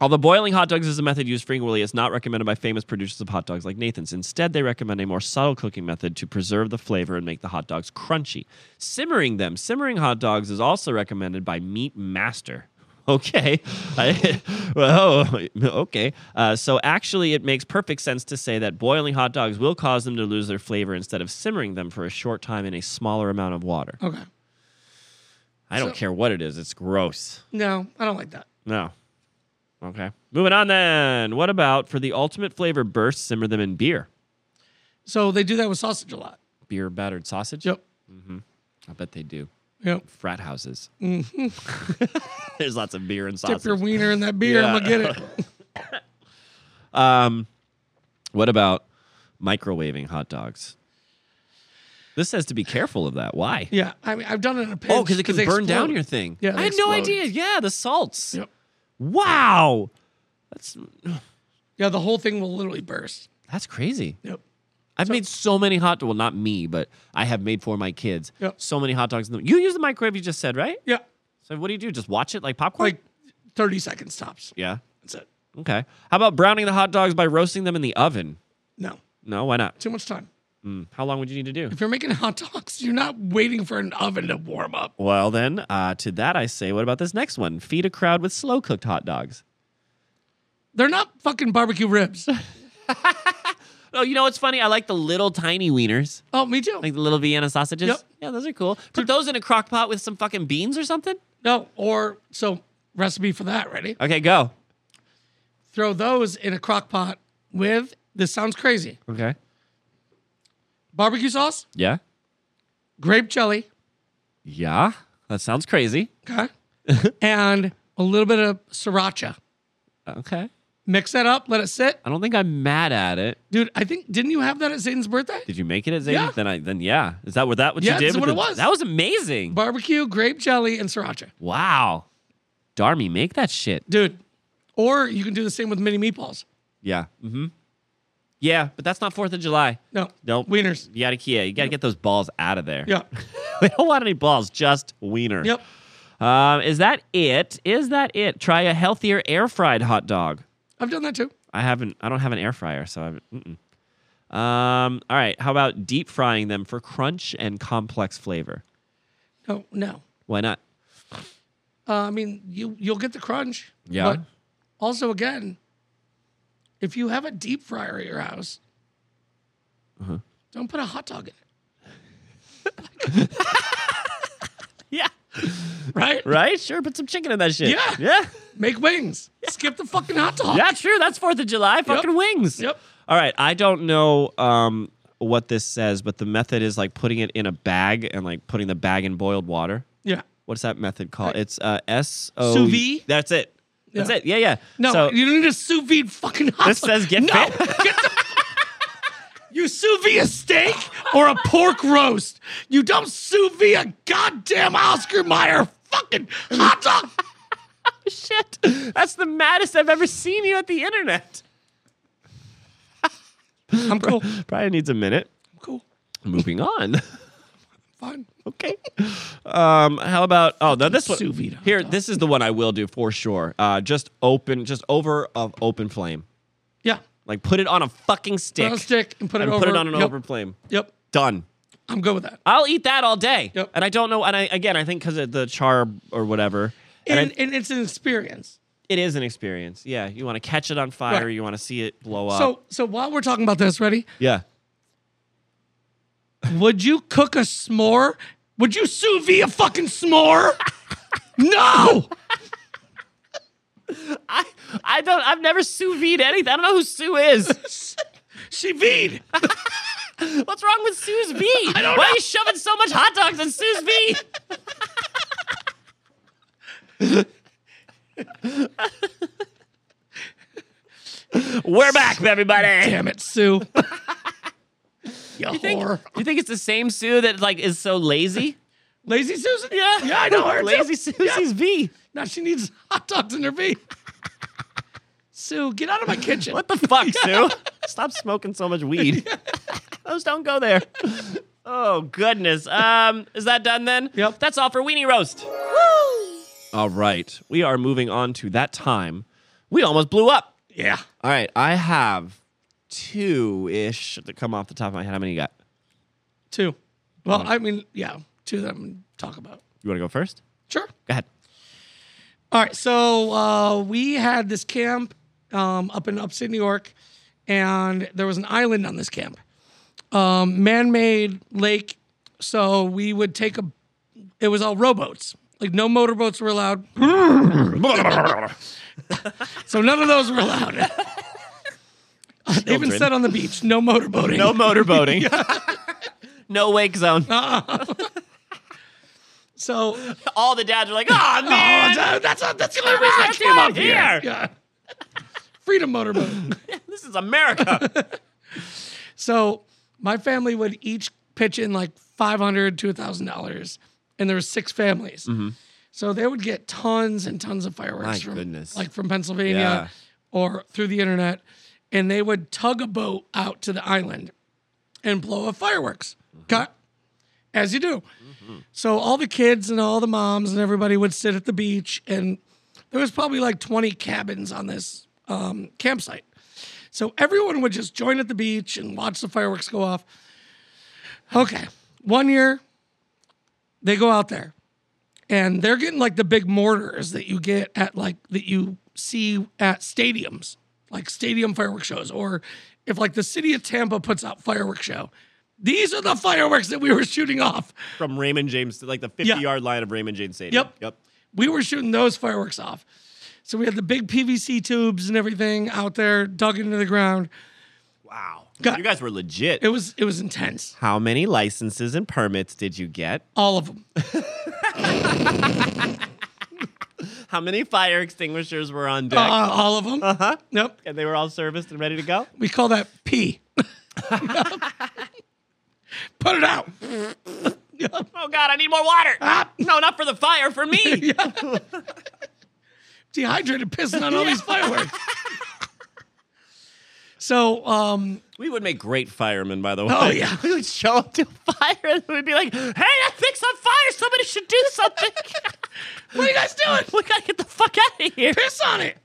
Speaker 1: Although boiling hot dogs is a method used frequently, it's not recommended by famous producers of hot dogs like Nathan's. Instead, they recommend a more subtle cooking method to preserve the flavor and make the hot dogs crunchy. Simmering them. Simmering hot dogs is also recommended by Meat Master. Okay. I- well, okay. Uh, so actually, it makes perfect sense to say that boiling hot dogs will cause them to lose their flavor instead of simmering them for a short time in a smaller amount of water.
Speaker 2: Okay.
Speaker 1: I don't
Speaker 2: So-
Speaker 1: care what it is, it's gross.
Speaker 2: No, I don't like that.
Speaker 1: No. Okay. Moving on then. What about for the ultimate flavor burst, simmer them in beer?
Speaker 2: So they do that with sausage a lot.
Speaker 1: Beer battered sausage?
Speaker 2: Yep.
Speaker 1: I bet they do.
Speaker 2: Yep.
Speaker 1: Frat houses. There's lots of beer and
Speaker 2: Dip Mm-hmm. your
Speaker 1: sausage.
Speaker 2: wiener in that beer. I'm gonna get it.
Speaker 1: What about microwaving hot dogs? This says to be careful of that. Why?
Speaker 2: Yeah. I mean, I've done it in a pinch.
Speaker 1: Oh, because it can
Speaker 2: they
Speaker 1: burn down
Speaker 2: explode.
Speaker 1: your thing.
Speaker 2: Yeah, they
Speaker 1: I had no
Speaker 2: explode.
Speaker 1: idea. Yeah, the salts.
Speaker 2: Yep.
Speaker 1: Wow. That's
Speaker 2: Yeah, the whole thing will literally burst.
Speaker 1: that's crazy.
Speaker 2: Yep.
Speaker 1: I've made so many hot well not me, but I have made for my kids.
Speaker 2: Yep.
Speaker 1: So many hot dogs in the You use the microwave you just said, right?
Speaker 2: Yeah.
Speaker 1: So what do you do? Just watch it like popcorn?
Speaker 2: Like 30 seconds tops.
Speaker 1: yeah.
Speaker 2: That's it.
Speaker 1: Okay. How about browning the hot dogs by roasting them in the oven?
Speaker 2: No,
Speaker 1: No, why not?
Speaker 2: too much time.
Speaker 1: How long would you need to do?
Speaker 2: If you're making hot dogs, you're not waiting for an oven to warm up.
Speaker 1: Well, then, uh, to that I say, what about this next one? Feed a crowd with slow cooked hot dogs.
Speaker 2: They're not fucking barbecue ribs.
Speaker 1: Oh, you know what's funny? I like the little tiny wieners,
Speaker 2: Oh, me too.
Speaker 1: like the little Vienna sausages.
Speaker 2: Yep.
Speaker 1: Yeah, those are cool. Put those in a crock pot with some fucking beans or something.
Speaker 2: No, or so recipe for that. Ready?
Speaker 1: Okay, go.
Speaker 2: Throw those in a crock pot with this sounds crazy
Speaker 1: Okay.
Speaker 2: barbecue sauce,
Speaker 1: Yeah.
Speaker 2: grape jelly,
Speaker 1: Yeah. That sounds crazy.
Speaker 2: okay, and a little bit of sriracha.
Speaker 1: Okay.
Speaker 2: Mix that up, let it sit.
Speaker 1: I don't think I'm mad at it.
Speaker 2: Dude, I think didn't you have that at Zayden's birthday?
Speaker 1: Did you make it at Zayden?
Speaker 2: Yeah.
Speaker 1: Then I then yeah. Is that what that what
Speaker 2: Yeah,
Speaker 1: you did?
Speaker 2: that's
Speaker 1: with
Speaker 2: what
Speaker 1: the-
Speaker 2: it was.
Speaker 1: That was amazing.
Speaker 2: Barbecue, grape jelly, and sriracha.
Speaker 1: Wow. Darmy, make that shit.
Speaker 2: Dude. Or you can do the same with mini meatballs.
Speaker 1: Yeah. Mm-hmm. Yeah, but that's not Fourth of July.
Speaker 2: No.
Speaker 1: Nope.
Speaker 2: Wieners.
Speaker 1: You gotta, yeah, you gotta get those balls out of there.
Speaker 2: Yeah.
Speaker 1: we don't want any balls, just wiener.
Speaker 2: Yep.
Speaker 1: Um, is that it? Is that it? Try a healthier air fried hot dog.
Speaker 2: I've done that too.
Speaker 1: I haven't. I don't have an air fryer, so I haven't. Mm-mm. Um. All right. How about deep frying them for crunch and complex flavor?
Speaker 2: No, no.
Speaker 1: Why not?
Speaker 2: Uh, I mean, you you'll get the crunch.
Speaker 1: Yeah.
Speaker 2: But also, again, if you have a deep fryer at your house,
Speaker 1: Uh-huh.
Speaker 2: don't put a hot dog in it,
Speaker 1: Yeah.
Speaker 2: right?
Speaker 1: Right. Sure. Put some chicken in that shit.
Speaker 2: Yeah.
Speaker 1: Yeah.
Speaker 2: Make wings. Skip the fucking hot dog.
Speaker 1: Yeah. True. That's Fourth of July. Fucking wings.
Speaker 2: Yep.
Speaker 1: All right. I don't know. Um. What this says, but the method is like putting it in a bag and like putting the bag in boiled water.
Speaker 2: Yeah.
Speaker 1: What's that method called? It's uh, S O
Speaker 2: Sous vide?
Speaker 1: That's it. That's
Speaker 2: Yeah.
Speaker 1: it. Yeah, yeah.
Speaker 2: No,
Speaker 1: So-
Speaker 2: you don't need a sous vide fucking hot
Speaker 1: This
Speaker 2: dog.
Speaker 1: says get
Speaker 2: no.
Speaker 1: fit.
Speaker 2: Get the- you sous vide a steak or a pork roast. You don't sous vide a goddamn Oscar Mayer fucking hot dog.
Speaker 1: shit. That's the maddest I've ever seen you at the internet.
Speaker 2: I'm cool.
Speaker 1: Brian needs a minute.
Speaker 2: I'm cool.
Speaker 1: Moving on.
Speaker 2: Fine.
Speaker 1: okay. Um, how about oh no this one
Speaker 2: Sous vide hot
Speaker 1: here
Speaker 2: dog.
Speaker 1: this is the one I will do for sure. Uh, just open just over of open flame.
Speaker 2: Yeah.
Speaker 1: Like put it on a fucking stick.
Speaker 2: Put on a stick and put it
Speaker 1: and
Speaker 2: over.
Speaker 1: put it on an
Speaker 2: yep.
Speaker 1: open flame.
Speaker 2: Yep.
Speaker 1: Done.
Speaker 2: I'm good with that.
Speaker 1: I'll eat that all day.
Speaker 2: Yep.
Speaker 1: And I don't know and I again I think cuz of the char or whatever. And I-
Speaker 2: And, and it's an experience.
Speaker 1: it is an experience. Yeah, you want to catch it on fire,
Speaker 2: Right.
Speaker 1: you want to see it blow up.
Speaker 2: So so while we're talking about this, ready?
Speaker 1: yeah.
Speaker 2: Would you cook a s'more? Would you sous vide a fucking s'more? no.
Speaker 1: I I don't I've never sous vide anything. I don't know who Sue is.
Speaker 2: She vide.
Speaker 1: What's wrong with sous vide? Why are you shoving so much hot dogs in sous vide? We're back, everybody.
Speaker 2: Damn it, Sue. you
Speaker 1: Think-
Speaker 2: whore.
Speaker 1: you think it's the same Sue that like is so lazy?
Speaker 2: Lazy Susan? Yeah. Yeah, I know her.
Speaker 1: Lazy
Speaker 2: too.
Speaker 1: Susie's V.
Speaker 2: Now she needs hot dogs in her feet. Sue, get out of my kitchen.
Speaker 1: What the fuck, Sue? Stop smoking so much weed. Those don't go there. Oh goodness. Um, is that done then?
Speaker 2: Yep.
Speaker 1: That's all for Weenie Roast. All right. We are moving on to that time. We almost blew up.
Speaker 2: Yeah.
Speaker 1: All right. I have two ish that come off the top of my head. How many you got?
Speaker 2: Two.
Speaker 1: Mm.
Speaker 2: Well, I mean, yeah, two that I'm gonna talk about.
Speaker 1: You want to go first?
Speaker 2: Sure.
Speaker 1: Go ahead.
Speaker 2: All right. So uh, we had this camp um, up in upstate New York, and there was an island on this camp, um, man made lake. So we would take a, it was all rowboats. Like no motorboats were allowed. so none of those were allowed. they even
Speaker 1: Children.
Speaker 2: said on the beach, no motorboating.
Speaker 1: No motorboating. no wake zone.
Speaker 2: So
Speaker 1: All the dads are like, oh man,
Speaker 2: Oh, that- that's that's the only reason I
Speaker 1: That's
Speaker 2: came
Speaker 1: why
Speaker 2: up
Speaker 1: I'm
Speaker 2: here.
Speaker 1: here.
Speaker 2: Yeah. Freedom motorboat.
Speaker 1: this is America.
Speaker 2: So my family would each pitch in like five hundred to thousand dollars, and there were six families. So they would get tons and tons of fireworks
Speaker 1: Mm-hmm.
Speaker 2: from
Speaker 1: My goodness.
Speaker 2: like from Pennsylvania
Speaker 1: Yeah.
Speaker 2: or through the internet, and they would tug a boat out to the island and blow up fireworks. Cut. As you do. So all the kids and all the moms and everybody would sit at the beach, and there was probably like 20 cabins on this um, campsite. So everyone would just join at the beach and watch the fireworks go off. Okay, one year they go out there, and they're getting like the big mortars that you get at like that you see at stadiums, like stadium fireworks shows, or if like the city of Tampa puts out fireworks show. These are the fireworks that we were shooting off.
Speaker 1: From Raymond James, like the 50
Speaker 2: Yeah.
Speaker 1: yard line of Raymond James Stadium.
Speaker 2: Yep. we were shooting those fireworks off. So we had the big PVC tubes and everything out there dug into the ground.
Speaker 1: Wow.
Speaker 2: Got-
Speaker 1: you guys were legit.
Speaker 2: It was it was intense.
Speaker 1: How many licenses and permits did you get?
Speaker 2: All of them.
Speaker 1: How many fire extinguishers were on deck?
Speaker 2: Uh, all of them. Uh-huh. Yep.
Speaker 1: and they were all serviced and ready to go?
Speaker 2: We call that P. Put it out. Ah.
Speaker 1: Oh, God, I need more water. No, not for the fire, for me.
Speaker 2: dehydrated pissing on all these fireworks. so, um,
Speaker 1: We would make great firemen, by the way.
Speaker 2: Oh, yeah.
Speaker 1: we would show up to a fire and we'd be like, "Hey, that thing's on fire! Somebody should do something!
Speaker 2: what are you guys doing?
Speaker 1: we gotta get the fuck out of here!
Speaker 2: Piss on it.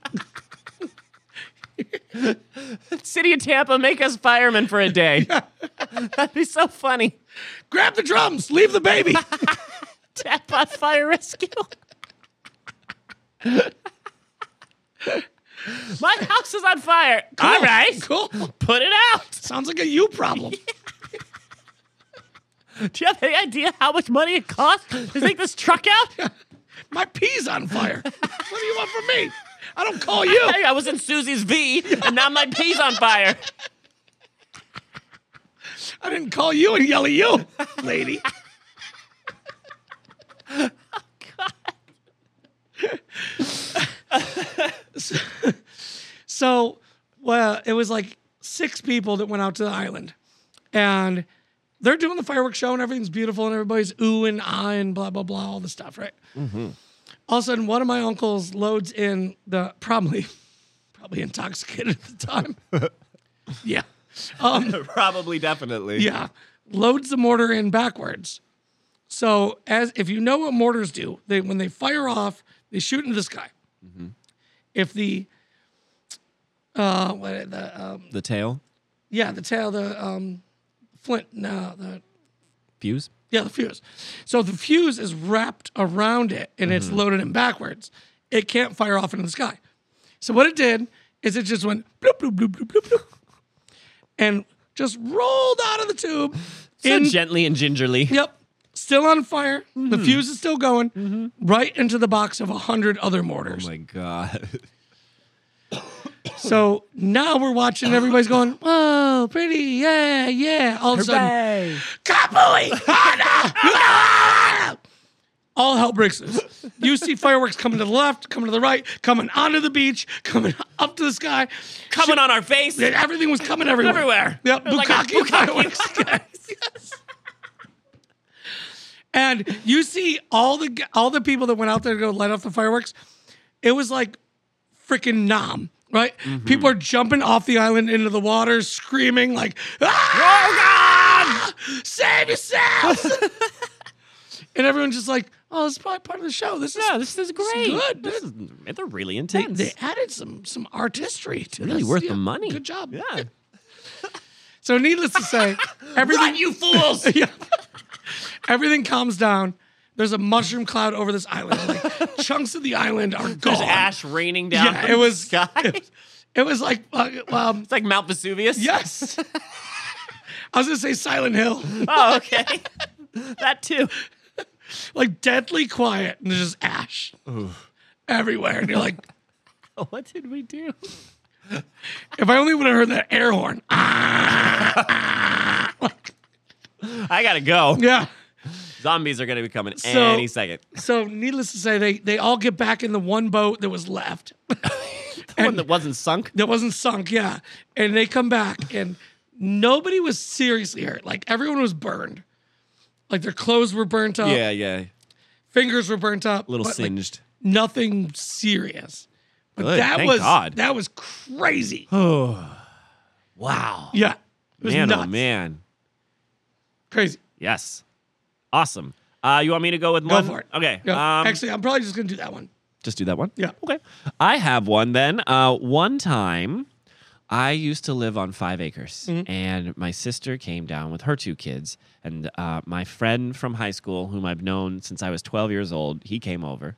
Speaker 1: City of Tampa, make us firemen for a day. That'd be so funny.
Speaker 2: Grab the drums. Leave the baby.
Speaker 1: Tap on fire rescue. My house is on fire. All right,
Speaker 2: Cool.
Speaker 1: put it out.
Speaker 2: Sounds like a you problem.
Speaker 1: Do you have any idea how much money it costs to take this truck out?
Speaker 2: My pee's on fire. What do you want from me? I don't call you.
Speaker 1: Hey, I was in Susie's V, and now my pee's on fire.
Speaker 2: I didn't call you and yell at you, lady. so, so, well, it was like six people that went out to the island, and they're doing the fireworks show, and everything's beautiful, and everybody's ooh and ah and blah blah blah, all the stuff, right? All of a sudden, one of my uncles loads in the probably, probably intoxicated at the time. yeah. Um,
Speaker 1: Probably, definitely.
Speaker 2: yeah. Loads the mortar in backwards. So as if you know what mortars do, they when they fire off, they shoot into the sky. If the uh what the um
Speaker 1: The tail
Speaker 2: yeah, the tail, the um flint, no, the
Speaker 1: fuse.
Speaker 2: yeah, the fuse. So the fuse is wrapped around it and it's loaded in backwards. It can't fire off into the sky. So what it did is it just went bloop bloop bloop bloop bloop bloop and just rolled out of the tube.
Speaker 1: So
Speaker 2: in-
Speaker 1: gently and gingerly.
Speaker 2: Yep. Still on fire. The fuse is still going right into the box of a hundred other mortars.
Speaker 1: my god.
Speaker 2: so now we're watching. Everybody's going, "Whoa, pretty, yeah, yeah!" All of a sudden,
Speaker 3: Hey.
Speaker 2: Kapui! Hana! All hell breaks loose. You see fireworks coming to the left, coming to the right, coming onto the beach, coming up to the sky.
Speaker 1: Coming on our face.
Speaker 2: Everything was coming everywhere.
Speaker 1: Everywhere.
Speaker 2: Yep.
Speaker 1: It was like a
Speaker 2: Bukkake fireworks. Yes. And you see all the all the people that went out there to go light off the fireworks. It was like freaking nom, right?
Speaker 1: Mm-hmm.
Speaker 2: People are jumping off the island into the water, screaming like,
Speaker 1: Oh,
Speaker 2: "Ah! Save yourselves!" and everyone's just like, "Oh, this is probably part of the show. This is
Speaker 1: No, this is great.
Speaker 2: good.
Speaker 1: This is, they're really intense.
Speaker 2: they added some some artistry to
Speaker 1: really
Speaker 2: this.
Speaker 1: worth
Speaker 2: Yeah,
Speaker 1: the money.
Speaker 2: Good job.
Speaker 1: Yeah.
Speaker 2: So needless to say, everything you fools. yeah. Everything calms down. There's a mushroom cloud over this island. Like chunks of the island are gone.
Speaker 1: There's ash raining down.
Speaker 2: Yeah,
Speaker 1: from
Speaker 2: it was.
Speaker 1: the sky.
Speaker 2: It,
Speaker 1: It's
Speaker 2: it was like uh, um,
Speaker 1: like Mount Vesuvius.
Speaker 2: yes. I was gonna say Silent Hill,
Speaker 1: Oh, okay. that too.
Speaker 2: like deadly quiet, and there's just ash everywhere, and you're like,
Speaker 1: What did we do?
Speaker 2: if I only would have heard that air horn.
Speaker 1: I gotta go.
Speaker 2: Yeah.
Speaker 1: Zombies are gonna be coming
Speaker 2: So-
Speaker 1: any second.
Speaker 2: So needless to say, they they all get back in the one boat that was left.
Speaker 1: The one that wasn't sunk.
Speaker 2: that wasn't sunk, yeah. And they come back, and nobody was seriously hurt. Like everyone was burned. Like their clothes were burnt up,
Speaker 1: yeah.
Speaker 2: fingers were burnt up,
Speaker 1: Little
Speaker 2: Uh, but, like,
Speaker 1: singed.
Speaker 2: nothing serious. But
Speaker 1: Good,
Speaker 2: that
Speaker 1: thank
Speaker 2: was
Speaker 1: God.
Speaker 2: that was crazy.
Speaker 1: wow.
Speaker 2: yeah, it was
Speaker 1: Man,
Speaker 2: nuts.
Speaker 1: oh man.
Speaker 2: crazy.
Speaker 1: Yes. Awesome. Uh, you want me to go with
Speaker 2: Go
Speaker 1: one?
Speaker 2: for it.
Speaker 1: Okay.
Speaker 2: Yeah.
Speaker 1: um,
Speaker 2: Actually, I'm probably just gonna do that one.
Speaker 1: Just do that one?
Speaker 2: Yeah.
Speaker 1: Okay. I have one then. Uh, one time, I used to live on five acres, and my sister came down with her two kids. And uh, my friend from high school, whom I've known since I was 12 years old, he came over.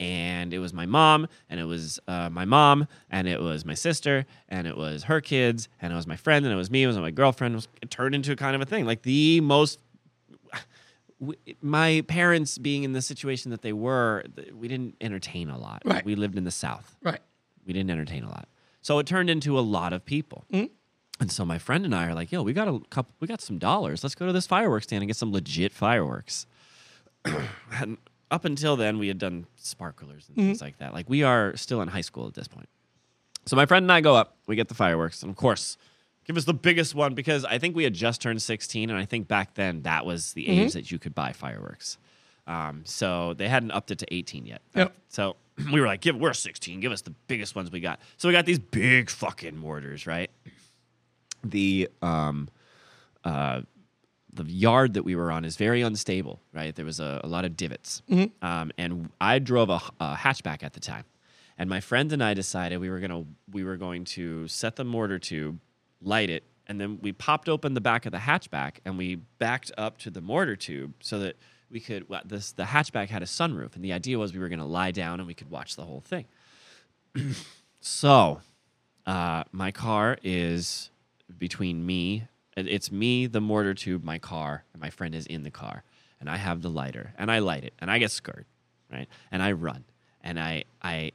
Speaker 1: And it was my mom, and it was uh, my mom, and it was my sister, and it was her kids, and it was my friend, and it was me, it was my girlfriend. It, was, it turned into a kind of a thing. Like the most w- my parents being in the situation that they were, th- we didn't entertain a lot.
Speaker 2: Right.
Speaker 1: We lived in the South.
Speaker 2: Right.
Speaker 1: We didn't entertain a lot. So it turned into a lot of people. And so my friend and I are like, yo, we got a couple, we got some dollars. Let's go to this fireworks stand and get some legit fireworks. and up until then, we had done sparklers and things like that. Like we are still in high school at this point. So my friend and I go up, we get the fireworks, and of course, give us the biggest one because I think we had just turned 16, and I think back then that was the age that you could buy fireworks. Um, so they hadn't upped it to 18 yet.
Speaker 2: Yep.
Speaker 1: So we were like, give we're 16, give us the biggest ones we got. So we got these big fucking mortars, right? The um uh the yard that we were on is very unstable, right? There was a, a lot of divots. Um, and I drove a, h- a hatchback at the time. And my friend and I decided we were gonna we were going to set the mortar tube, light it, and then we popped open the back of the hatchback and we backed up to the mortar tube so that we could well, this the hatchback had a sunroof and the idea was we were gonna lie down and we could watch the whole thing. so uh, my car is between me. it- It's me, the mortar tube, my car, and my friend is in the car. And I have the lighter, and I light it, and I get scared, right? And I run, and I I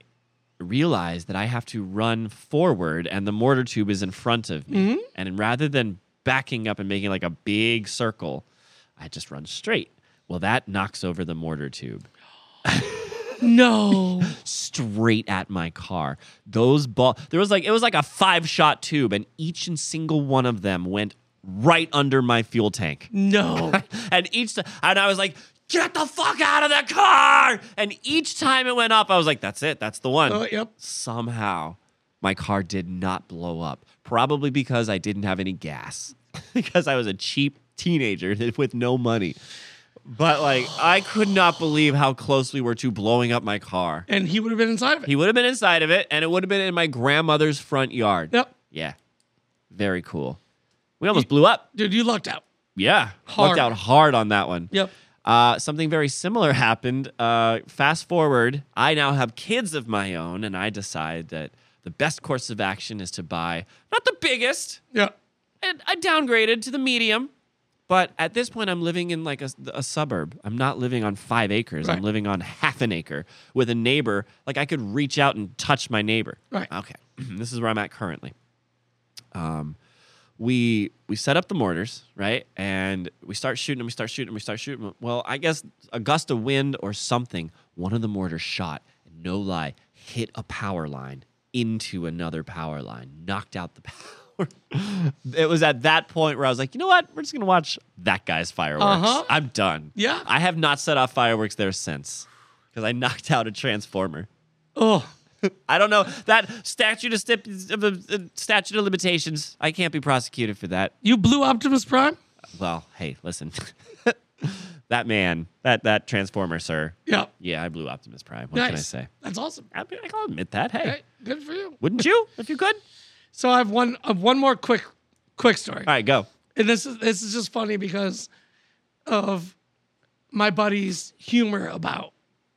Speaker 1: realize that I have to run forward, and the mortar tube is in front of me. And rather than backing up and making like a big circle, I just run straight. Well, that knocks over the mortar tube
Speaker 2: No.
Speaker 1: straight at my car. Those ball there was like it was like a five shot tube, and each and single one of them went right under my fuel tank.
Speaker 2: No.
Speaker 1: And each ti- and I was like, get the fuck out of the car! And each time it went up, I was like, that's it, that's the one.
Speaker 2: Oh, yep.
Speaker 1: Somehow my car did not blow up. Probably because I didn't have any gas. because I was a cheap teenager with no money. But like I could not believe how close we were to blowing up my car.
Speaker 2: And he would have been inside of it.
Speaker 1: He would have been inside of it, and it would have been in my grandmother's front yard.
Speaker 2: Yep.
Speaker 1: Yeah. Very cool. We almost blew up.
Speaker 2: Dude, you lucked out.
Speaker 1: Yeah.
Speaker 2: Hard.
Speaker 1: Lucked out hard on that one.
Speaker 2: Yep.
Speaker 1: Uh, something very similar happened. Uh, fast forward, I now have kids of my own, and I decide that the best course of action is to buy not the biggest,
Speaker 2: Yeah.
Speaker 1: and I downgraded to the medium. But at this point, I'm living in like a, a suburb. I'm not living on five acres.
Speaker 2: Right.
Speaker 1: I'm living on half an acre with a neighbor. Like I could reach out and touch my neighbor.
Speaker 2: Right.
Speaker 1: Okay. this is where I'm at currently. Um, we we set up the mortars, right? And we start shooting and we start shooting and we start shooting. Well, I guess a gust of wind or something. One of the mortars shot. and No lie, hit a power line into another power line, knocked out the power it was at that point where I was like, you know what? We're just gonna watch that guy's fireworks.
Speaker 2: Uh-huh.
Speaker 1: I'm done.
Speaker 2: Yeah.
Speaker 1: I have not set off fireworks there since because I knocked out a transformer.
Speaker 2: Oh.
Speaker 1: I don't know that statute of stip- of, uh, statute of limitations. I can't be prosecuted for that.
Speaker 2: You blew Optimus Prime?
Speaker 1: Well, hey, listen, that man, that that transformer, sir.
Speaker 2: Yeah.
Speaker 1: Yeah, I blew Optimus Prime. What
Speaker 2: nice.
Speaker 1: can I say?
Speaker 2: That's awesome.
Speaker 1: I mean, I'll admit that. Hey,
Speaker 2: Okay. Good for you.
Speaker 1: wouldn't you if you could?
Speaker 2: So I have one I have one more quick quick story.
Speaker 1: All right, go.
Speaker 2: And this is this is just funny because of my buddy's humor about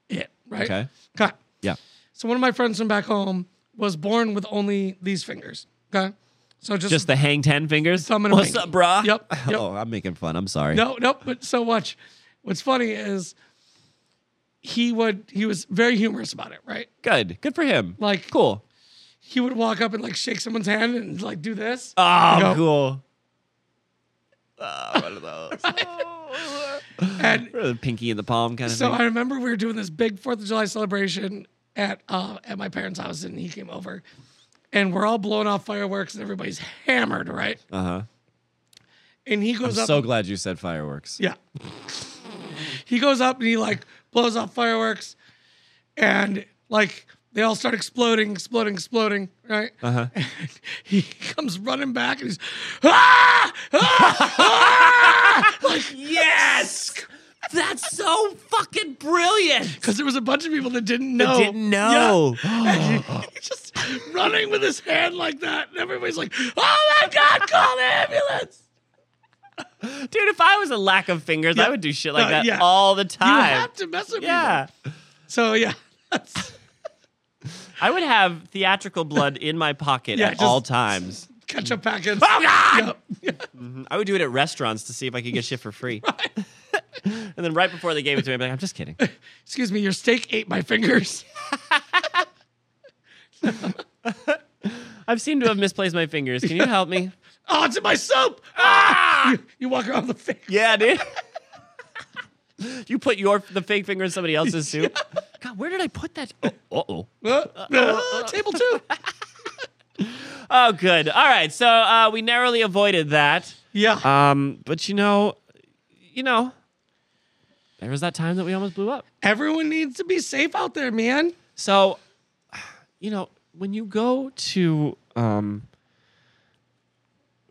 Speaker 2: it, right?
Speaker 1: Okay.
Speaker 2: Okay.
Speaker 1: Yeah.
Speaker 2: So one of my friends from back home was born with only these fingers. Okay. So just,
Speaker 1: Just the hang ten fingers.
Speaker 2: Thumb and a
Speaker 1: What's
Speaker 2: pinky.
Speaker 1: up, brah?
Speaker 2: Yep, yep.
Speaker 1: Oh, I'm making fun. I'm sorry.
Speaker 2: No, no, but so much. What's funny is he would he was very humorous about it, right?
Speaker 1: Good. Good for him.
Speaker 2: Like-
Speaker 1: cool.
Speaker 2: He would walk up and like shake someone's hand and like do this.
Speaker 1: Oh,
Speaker 2: Go.
Speaker 1: cool. Oh, one of those.
Speaker 2: and
Speaker 1: Or the pinky in the palm kind of
Speaker 2: so
Speaker 1: thing.
Speaker 2: I remember we were doing this big Fourth of July celebration at uh, at my parents' house, and he came over, and we're all blowing off fireworks, and everybody's hammered, right?
Speaker 1: Uh huh.
Speaker 2: And he goes up,
Speaker 1: glad you said fireworks.
Speaker 2: yeah. he goes up and he like blows off fireworks, and like they all start exploding, exploding, exploding, right? Uh
Speaker 1: Uh-huh.
Speaker 2: huh. He comes running back and he's ah, ah, ah! like
Speaker 1: Yes. That's so fucking brilliant.
Speaker 2: Because there was a bunch of people that didn't know.
Speaker 1: didn't know.
Speaker 2: Yeah. And he- he's just running with his hand like that. And everybody's like, oh my God, call the ambulance.
Speaker 1: Dude, if I was a lack of fingers, I would do shit like
Speaker 2: Uh,
Speaker 1: that
Speaker 2: yeah.
Speaker 1: all the
Speaker 2: You
Speaker 1: time.
Speaker 2: have to mess with
Speaker 1: yeah.
Speaker 2: people. So, yeah. That's
Speaker 1: I would have theatrical blood in my pocket
Speaker 2: Yeah,
Speaker 1: at
Speaker 2: just-
Speaker 1: all times.
Speaker 2: ketchup packets. Oh God.
Speaker 1: I would do it at restaurants to see if I could get shit for free. and then right before they gave it to me, I'd be like, I'm just kidding.
Speaker 2: Excuse me, your steak ate my fingers.
Speaker 1: I've seemed to have misplaced my fingers. Can you help me?
Speaker 2: Oh, it's in my soup. Ah! You, you walk around with the finger.
Speaker 1: Yeah, dude. you put your the fake finger in somebody else's soup. God, where did I put that? Oh, oh.
Speaker 2: Uh, uh, table two.
Speaker 1: Oh, good. All right. So uh, we narrowly avoided that.
Speaker 2: Yeah.
Speaker 1: Um, but you know, you know, there was that time that we almost blew up.
Speaker 2: Everyone needs to be safe out there, man.
Speaker 1: So, you know, when you go to um,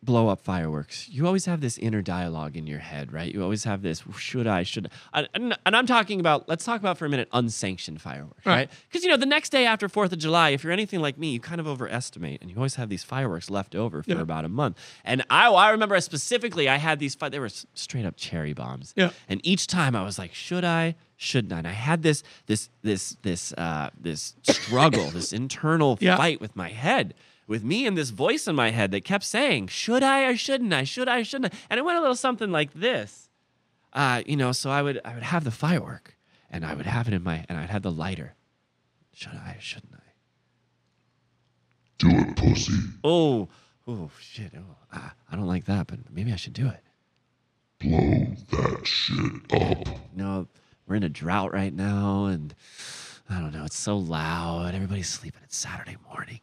Speaker 1: blow up fireworks, you always have this inner dialogue in your head, right? You always have this: should I? Should I? And and I'm talking about. Let's talk about for a minute unsanctioned fireworks,
Speaker 2: Right.
Speaker 1: right? Because you know, the next day after Fourth of July, if you're anything like me, you kind of overestimate, and you always have these fireworks left over for
Speaker 2: Yeah.
Speaker 1: about a month. And I, I remember specifically, I had these. Fi- they were s- straight up cherry bombs.
Speaker 2: Yeah.
Speaker 1: And each time I was like, should I? Shouldn't I? And I had this this this this uh, this struggle, this internal
Speaker 2: Yeah.
Speaker 1: fight with my head, with me and this voice in my head that kept saying, should I or shouldn't I? Should I? Shouldn't I? And it went a little something like this, uh, you know. So I would I would have the firework, and I would have it in my and I'd have the lighter. Should I? or Shouldn't I?
Speaker 4: Do it, pussy.
Speaker 1: Oh, oh shit! Oh, I, I don't like that, but maybe I should do it.
Speaker 4: Blow that shit up.
Speaker 1: no, we're in a drought right now, and I don't know, it's so loud. Everybody's sleeping. It's Saturday morning.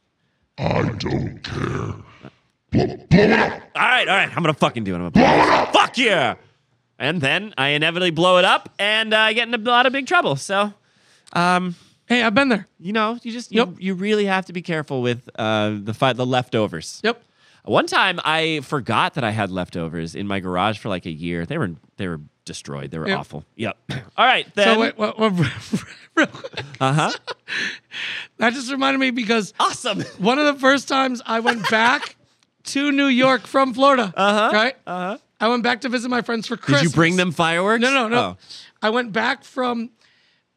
Speaker 4: I don't care. Blow, blow it up.
Speaker 1: All right, all right, I'm gonna fucking do it. I'm gonna blow it up. Fuck yeah! And then I inevitably blow it up, and uh, I get in a lot of big trouble. So, um,
Speaker 2: Hey, I've been there.
Speaker 1: you know, you just you,
Speaker 2: Yep.
Speaker 1: you really have to be careful with uh, the fi- the leftovers.
Speaker 2: Yep.
Speaker 1: One time I forgot that I had leftovers in my garage for like a year. They were they were destroyed. They were
Speaker 2: Yep.
Speaker 1: awful. Yep. All right, then.
Speaker 2: so wait, what, what, real quick.
Speaker 1: uh huh.
Speaker 2: that just reminded me because
Speaker 1: Awesome.
Speaker 2: one of the first times I went back to New York from Florida.
Speaker 1: Uh-huh.
Speaker 2: Uh huh. Right. Uh huh. I went back to visit my friends for Christmas.
Speaker 1: Did you bring them fireworks?
Speaker 2: No, no, no.
Speaker 1: Oh.
Speaker 2: I went back from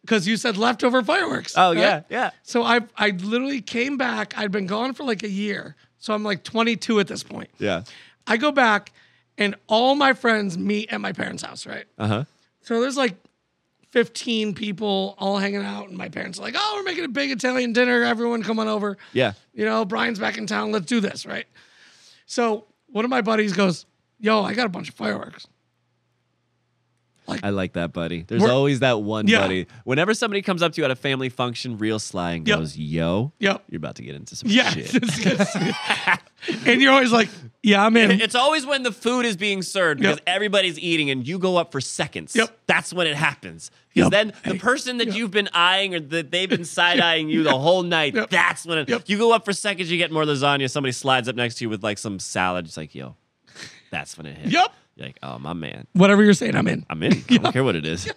Speaker 2: because you said leftover fireworks.
Speaker 1: Oh
Speaker 2: right?
Speaker 1: yeah, yeah.
Speaker 2: So I I literally came back. I'd been gone for like a year, so I'm like 22 at this point.
Speaker 1: Yeah.
Speaker 2: I go back, and all my friends meet at my parents' house. Right.
Speaker 1: Uh huh.
Speaker 2: So there's like 15 people all hanging out, and my parents are like, "Oh, we're making a big Italian dinner. Everyone come on over."
Speaker 1: Yeah.
Speaker 2: you know, Brian's back in town. Let's do this, right? So one of my buddies goes, "Yo, I got a bunch of fireworks."
Speaker 1: I like that, buddy. There's
Speaker 2: We're-
Speaker 1: always that one
Speaker 2: Yeah.
Speaker 1: buddy. Whenever somebody comes up to you at a family function, real sly, and
Speaker 2: Yep.
Speaker 1: goes, "Yo,
Speaker 2: Yep.
Speaker 1: you're about to get into some
Speaker 2: Yeah,
Speaker 1: shit."
Speaker 2: and you're always like, "Yeah, I'm in."
Speaker 1: It's always when the food is being served because
Speaker 2: Yep.
Speaker 1: everybody's eating and you go up for seconds.
Speaker 2: Yep.
Speaker 1: That's when it happens.
Speaker 2: Yep.
Speaker 1: Because then the person that you've been eyeing or that they've been side eyeing you the whole night,
Speaker 2: Yep.
Speaker 1: that's when it,
Speaker 2: Yep.
Speaker 1: you go up for seconds, you get more lasagna, somebody slides up next to you with like some salad. It's like, yo, that's when it hits.
Speaker 2: Yep.
Speaker 1: You're like, oh, my man.
Speaker 2: Whatever you're saying, I'm in.
Speaker 1: I'm in. I don't care what it is.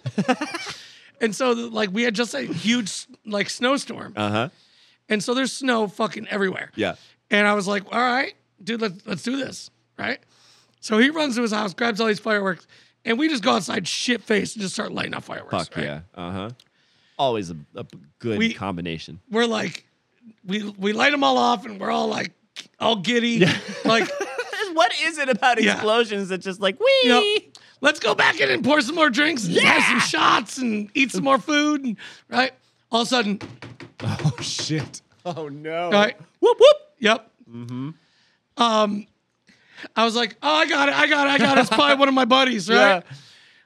Speaker 2: And so, like, we had just a huge like snowstorm,
Speaker 1: Uh huh.
Speaker 2: and so there's snow fucking everywhere.
Speaker 1: Yeah.
Speaker 2: And I was like, all right, dude, let's let's do this. Right. So he runs to his house, grabs all these fireworks, and we just go outside shit face and just start lighting up fireworks.
Speaker 1: Fuck
Speaker 2: right?
Speaker 1: yeah. Uh huh. Always a, a good
Speaker 2: We-
Speaker 1: combination.
Speaker 2: We're like, we we light them all off and we're all like all giddy. Like,
Speaker 1: What is it about
Speaker 2: Yeah.
Speaker 1: explosions that just like wee?
Speaker 2: Yep. let's go back in and pour some more drinks and have some shots and eat some more food. And right. All of a sudden,
Speaker 1: Oh shit. Oh no.
Speaker 2: right?
Speaker 1: Whoop whoop.
Speaker 2: Yep. Mm-hmm. Um, I was like, oh, I got it, I got it, I got it. It's probably one of my buddies, right?
Speaker 1: Yeah.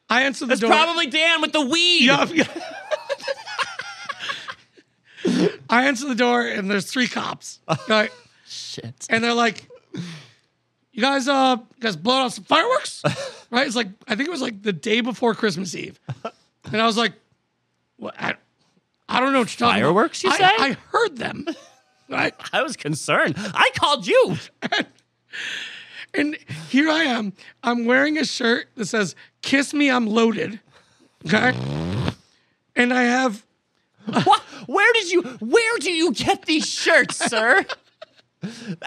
Speaker 2: I answered the
Speaker 1: That's
Speaker 2: door.
Speaker 1: probably Dan with the weed.
Speaker 2: Yup, yup. I answer the door and there's three cops, right?
Speaker 1: Shit.
Speaker 2: And they're like, "You guys, uh, you guys blowing off some fireworks?" right? It's like I think it was like the day before Christmas Eve, and I was like, "What? I, I don't know what you're talking about."
Speaker 1: Fireworks, you
Speaker 2: I-
Speaker 1: say?
Speaker 2: I heard them, right?
Speaker 1: I was concerned. I called you.
Speaker 2: And here I am. I'm wearing a shirt that says "Kiss me, I'm loaded." Okay. And I have
Speaker 1: what? Where did you? Where do you get these shirts, sir?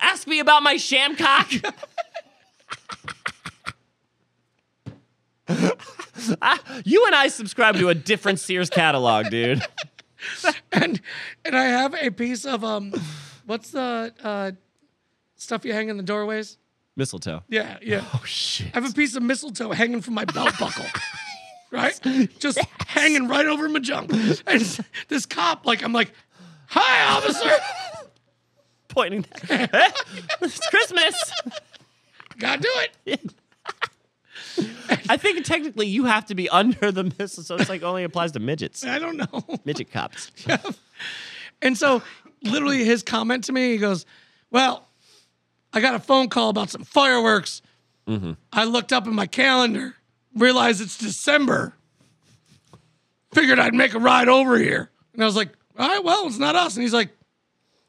Speaker 1: Ask me about my shamcock. I- Ah, you and I subscribe to a different Sears catalog, dude.
Speaker 2: and and I have a piece of um, what's the uh, stuff you hang in the doorways?
Speaker 1: Mistletoe.
Speaker 2: Yeah, yeah.
Speaker 1: Oh shit.
Speaker 2: I have a piece of mistletoe hanging from my belt buckle. Right? Just hanging right over my junk. And s- this cop, like, I'm like, hi, officer.
Speaker 1: Pointing. that- it's Christmas.
Speaker 2: Gotta do it.
Speaker 1: I think technically you have to be under the mistletoe. It's like only applies to midgets.
Speaker 2: I don't know.
Speaker 1: Midget cops.
Speaker 2: And so, literally, his comment to me, he goes, Well, I got a phone call about some fireworks. I looked up in my calendar, realized it's December. Figured I'd make a ride over here. And I was like, all right, well, it's not us. And he's like,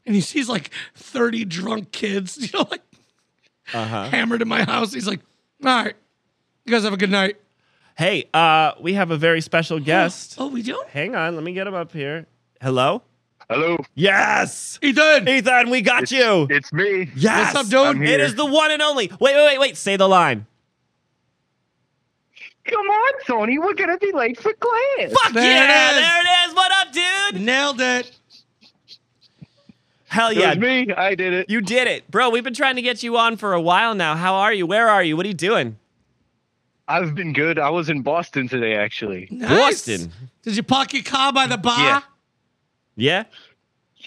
Speaker 2: and he sees like 30 drunk kids, you know, like hammered in my house. He's like, all right, you guys have a good night.
Speaker 1: Hey, uh, we have a very special guest.
Speaker 2: Oh, we don't?
Speaker 1: Hang on, let me get him up here. Hello?
Speaker 5: Hello,
Speaker 1: Yes!
Speaker 2: He did.
Speaker 1: Ethan, we got you!
Speaker 5: it's me.
Speaker 1: Yes!
Speaker 2: What's up, dude?
Speaker 5: I'm
Speaker 1: It
Speaker 5: here.
Speaker 1: is the one and only. Wait, wait, wait, wait. Say the line.
Speaker 6: Come on, Tony, we're gonna be late for class.
Speaker 1: Fuck
Speaker 2: There it
Speaker 1: yeah!
Speaker 2: is.
Speaker 1: There it is. What up, dude?
Speaker 2: Nailed it.
Speaker 1: Hell
Speaker 5: It
Speaker 1: yeah.
Speaker 5: was me. I did it.
Speaker 1: You did it. Bro, we've been trying to get you on for a while now. How are you? Where are you? What are you doing?
Speaker 5: I've been good. I was in Boston today, actually.
Speaker 2: Nice.
Speaker 1: Boston.
Speaker 2: Did you park your car by the bar?
Speaker 5: Yeah.
Speaker 1: Yeah?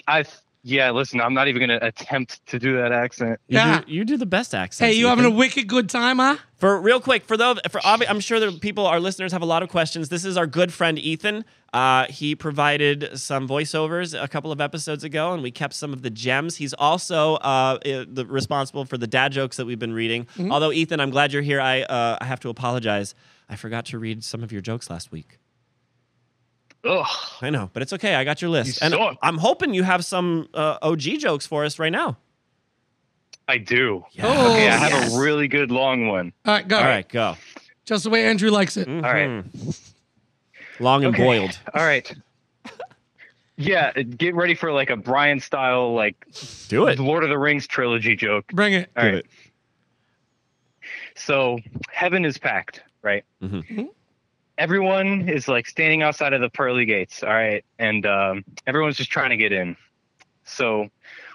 Speaker 5: I yeah. Listen, I'm not even gonna attempt to do that accent.
Speaker 1: You
Speaker 2: Yeah.
Speaker 1: Do, you do the best accent.
Speaker 2: Hey, you having a wicked good time, huh?
Speaker 1: For real quick, for those, for obvi- I'm sure that people, our listeners, have a lot of questions. This is our good friend Ethan. Uh, he provided some voiceovers a couple of episodes ago, and we kept some of the gems. He's also uh, i- the, responsible for the dad jokes that we've been reading.
Speaker 2: Mm-hmm.
Speaker 1: Although Ethan, I'm glad you're here. I uh, I have to apologize. I forgot to read some of your jokes last week.
Speaker 5: Ugh.
Speaker 1: I know, but it's okay. I got your list,
Speaker 5: You
Speaker 1: and
Speaker 5: suck.
Speaker 1: I'm hoping you have some uh, OG jokes for us right now.
Speaker 5: I do.
Speaker 1: Yeah.
Speaker 2: Oh,
Speaker 5: Okay, I have
Speaker 2: yes.
Speaker 5: a really good long one.
Speaker 2: All right, go.
Speaker 1: All right, go.
Speaker 2: Just the way Andrew likes it.
Speaker 5: All right.
Speaker 1: Mhm. Long and
Speaker 5: Okay.
Speaker 1: boiled.
Speaker 5: All right. Yeah, get ready for like a Brian style like
Speaker 1: Do it.
Speaker 5: Lord of the Rings trilogy joke.
Speaker 2: Bring it.
Speaker 5: All right. So heaven is packed, right?
Speaker 1: Mhm.
Speaker 5: Everyone is like standing outside of the pearly gates, all right, and um, everyone's just trying to get in. So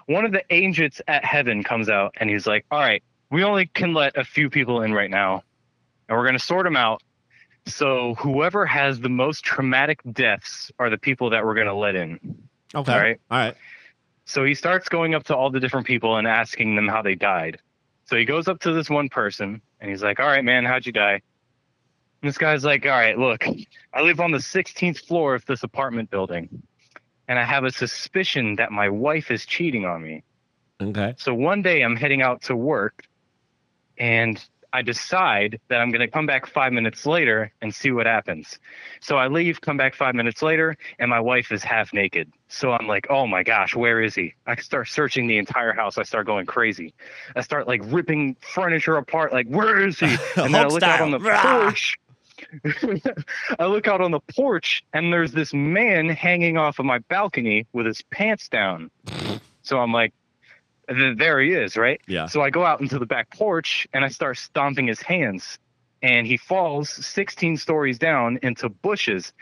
Speaker 5: one of the angels at heaven comes out and he's like, "All right, we only can let a few people in right now, and we're gonna sort them out." So whoever has the most traumatic deaths are the people that we're gonna let in.
Speaker 1: Okay.
Speaker 5: All right.
Speaker 1: All right.
Speaker 5: So he starts going up to all the different people and asking them how they died. So he goes up to this one person and he's like, All right, man, how'd you die? And this guy's like, All right, look, I live on the 16th floor of this apartment building. And I have a suspicion that my wife is cheating on me.
Speaker 1: Okay.
Speaker 5: So one day I'm heading out to work and I decide that I'm going to come back five minutes later and see what happens. So I leave, come back five minutes later, and my wife is half naked. So I'm like, oh my gosh, where is he? I start searching the entire house. I start going crazy. I start like ripping furniture apart, like, where is he? And then I
Speaker 1: Hulk
Speaker 5: look out on the
Speaker 1: style. Rah!
Speaker 5: porch. I look out on the porch, and there's this man hanging off of my balcony with his pants down. So I'm like, th- there he is, right?
Speaker 1: Yeah.
Speaker 5: So I go out into the back porch and I start stomping his hands, and he falls 16 stories down into bushes.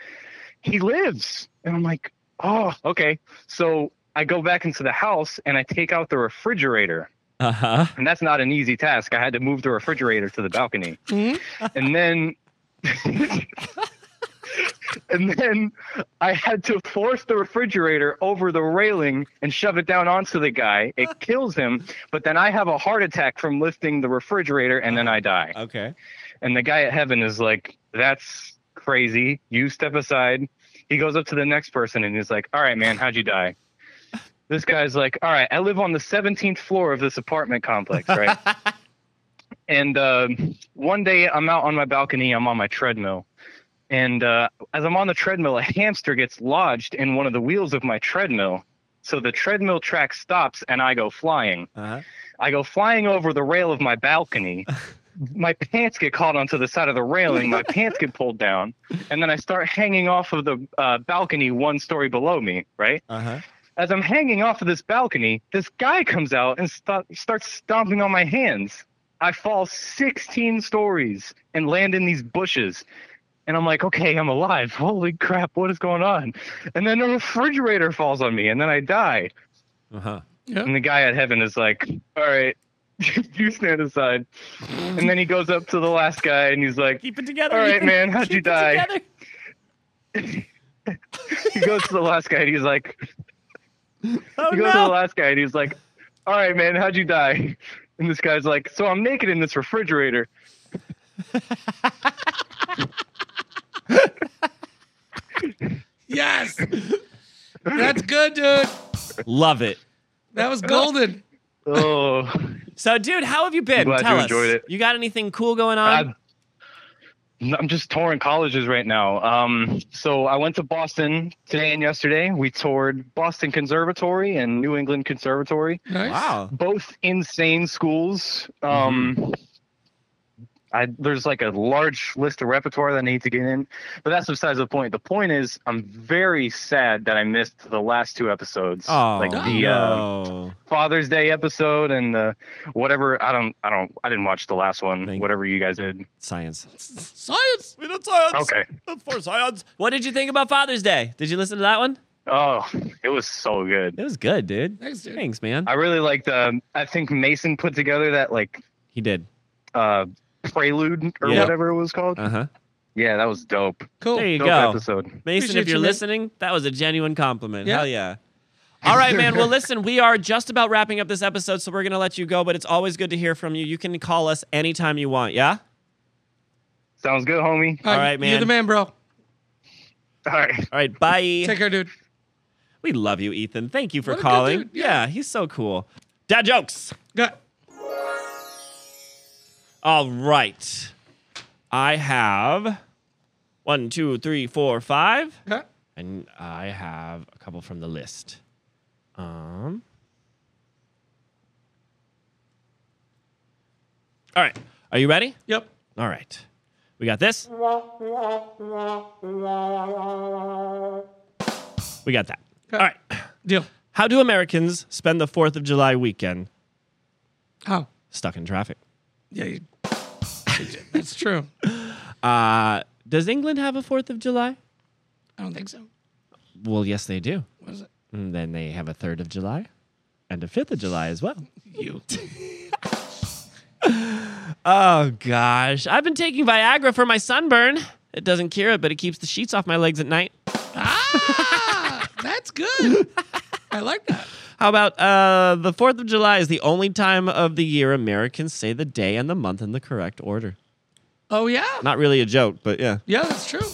Speaker 5: He lives. And I'm like, oh, okay. So I go back into the house and I take out the refrigerator.
Speaker 1: Uh huh.
Speaker 5: And that's not an easy task. I had to move the refrigerator to the balcony. and then. And then I had to force the refrigerator over the railing and shove it down onto the guy. It kills him, but then I have a heart attack from lifting the refrigerator and then I die.
Speaker 1: Okay.
Speaker 5: And the guy at heaven is like, That's crazy. You step aside. He goes up to the next person and he's like, All right, man, how'd you die? This guy's like, All right, I live on the 17th floor of this apartment complex, right? and uh, one day I'm out on my balcony, I'm on my treadmill. And uh, as I'm on the treadmill, a hamster gets lodged in one of the wheels of my treadmill. So the treadmill track stops and I go flying.
Speaker 1: Uh-huh.
Speaker 5: I go flying over the rail of my balcony. My pants get caught onto the side of the railing. My pants get pulled down, and then I start hanging off of the uh, balcony one story below me. Right
Speaker 1: Uh-huh.
Speaker 5: as I'm hanging off of this balcony, this guy comes out and sto- starts stomping on my hands. I fall 16 stories and land in these bushes. And I'm like, okay, I'm alive. Holy crap, what is going on? And then a refrigerator falls on me, and then I die.
Speaker 1: Uh-huh.
Speaker 5: And the guy at heaven is like, "All right, you stand aside." And then he goes up to the last guy and he's like,
Speaker 1: Keep it together.
Speaker 5: "All right,
Speaker 1: Ethan.
Speaker 5: man, how'd you
Speaker 1: Keep it
Speaker 5: die?"
Speaker 1: together.
Speaker 5: He goes to the last guy and he's like,
Speaker 1: Oh
Speaker 5: he goes to the
Speaker 1: no.
Speaker 5: last guy and he's like, "All right, man, how'd you die?" And this guy's like, "So I'm naked in this refrigerator."
Speaker 2: Yes. That's good, dude.
Speaker 1: Love it.
Speaker 2: That was golden.
Speaker 5: Oh,
Speaker 1: So, dude, how have you been?
Speaker 5: Glad
Speaker 1: Tell
Speaker 5: you
Speaker 1: us.
Speaker 5: enjoyed it.
Speaker 1: You got anything cool going on?
Speaker 5: I've, I'm just touring colleges right now. Um, so I went to Boston today and yesterday. We toured Boston Conservatory and New England Conservatory,
Speaker 2: Nice.
Speaker 1: Wow.
Speaker 5: both insane schools. Um,
Speaker 1: Mm-hmm.
Speaker 5: I, there's like a large list of repertoire that I need to get in, but that's besides the point. The point is, I'm very sad that I missed the last two episodes,
Speaker 1: Oh,
Speaker 5: like the uh,
Speaker 1: no.
Speaker 5: Father's Day episode and the whatever. I don't, I don't, I didn't watch the last one.
Speaker 1: Thank-
Speaker 5: whatever you guys did.
Speaker 1: science.
Speaker 2: Science.
Speaker 1: We don't science.
Speaker 5: Okay.
Speaker 1: For science. What did you think about Father's Day? Did you listen to that one?
Speaker 5: Oh, it was so good.
Speaker 1: It was good, dude.
Speaker 2: Thanks, dude.
Speaker 1: Thanks, man.
Speaker 5: I really liked. Um, I think Mason put together that like
Speaker 1: He did.
Speaker 5: uh, prelude or
Speaker 1: Yeah.
Speaker 5: whatever it was called.
Speaker 1: Uh huh.
Speaker 5: Yeah, that was dope.
Speaker 2: Cool.
Speaker 1: There you
Speaker 5: dope
Speaker 1: go.
Speaker 5: episode.
Speaker 1: Mason,
Speaker 2: Appreciate
Speaker 1: if you're
Speaker 2: you, man.
Speaker 1: listening, that was a genuine compliment.
Speaker 2: Yeah.
Speaker 1: Hell yeah. All right, man. Well, listen, we are just about wrapping up this episode, so we're going to let you go, but it's always good to hear from you. You can call us anytime you want, yeah?
Speaker 5: Sounds good, homie.
Speaker 2: Uh,
Speaker 1: All right, man.
Speaker 2: You're the man, bro.
Speaker 5: All right.
Speaker 1: All right, bye.
Speaker 2: Take care, dude.
Speaker 1: we love you, Ethan. Thank you for
Speaker 2: What a good
Speaker 1: calling.
Speaker 2: dude,
Speaker 1: yeah, he's so cool. Dad jokes.
Speaker 2: Got.
Speaker 1: All right. I have one, two, three, four, five.
Speaker 2: got.
Speaker 1: And I have a couple from the list. Um. All right. Are you ready?
Speaker 2: Yep.
Speaker 1: All right. We got this. We got that. All right.
Speaker 2: Deal.
Speaker 1: How do Americans spend the 4th of July weekend
Speaker 2: How?
Speaker 1: stuck in traffic?
Speaker 2: Yeah. You, that's true.
Speaker 1: Uh, does England have a 4th of July?
Speaker 2: I don't think so.
Speaker 1: Well, yes, they do.
Speaker 2: What is it?
Speaker 1: And then they have a 3rd of July and a 5th of July as well.
Speaker 2: You.
Speaker 1: Oh gosh, I've been taking Viagra for my sunburn. It doesn't cure it, but it keeps the sheets off my legs at night.
Speaker 2: ah, that's good. I like that.
Speaker 1: How about uh, the Fourth of July is the only time of the year Americans say the day and the month in the correct order.
Speaker 2: Oh yeah.
Speaker 1: Not really a joke, but yeah.
Speaker 2: Yeah, that's true.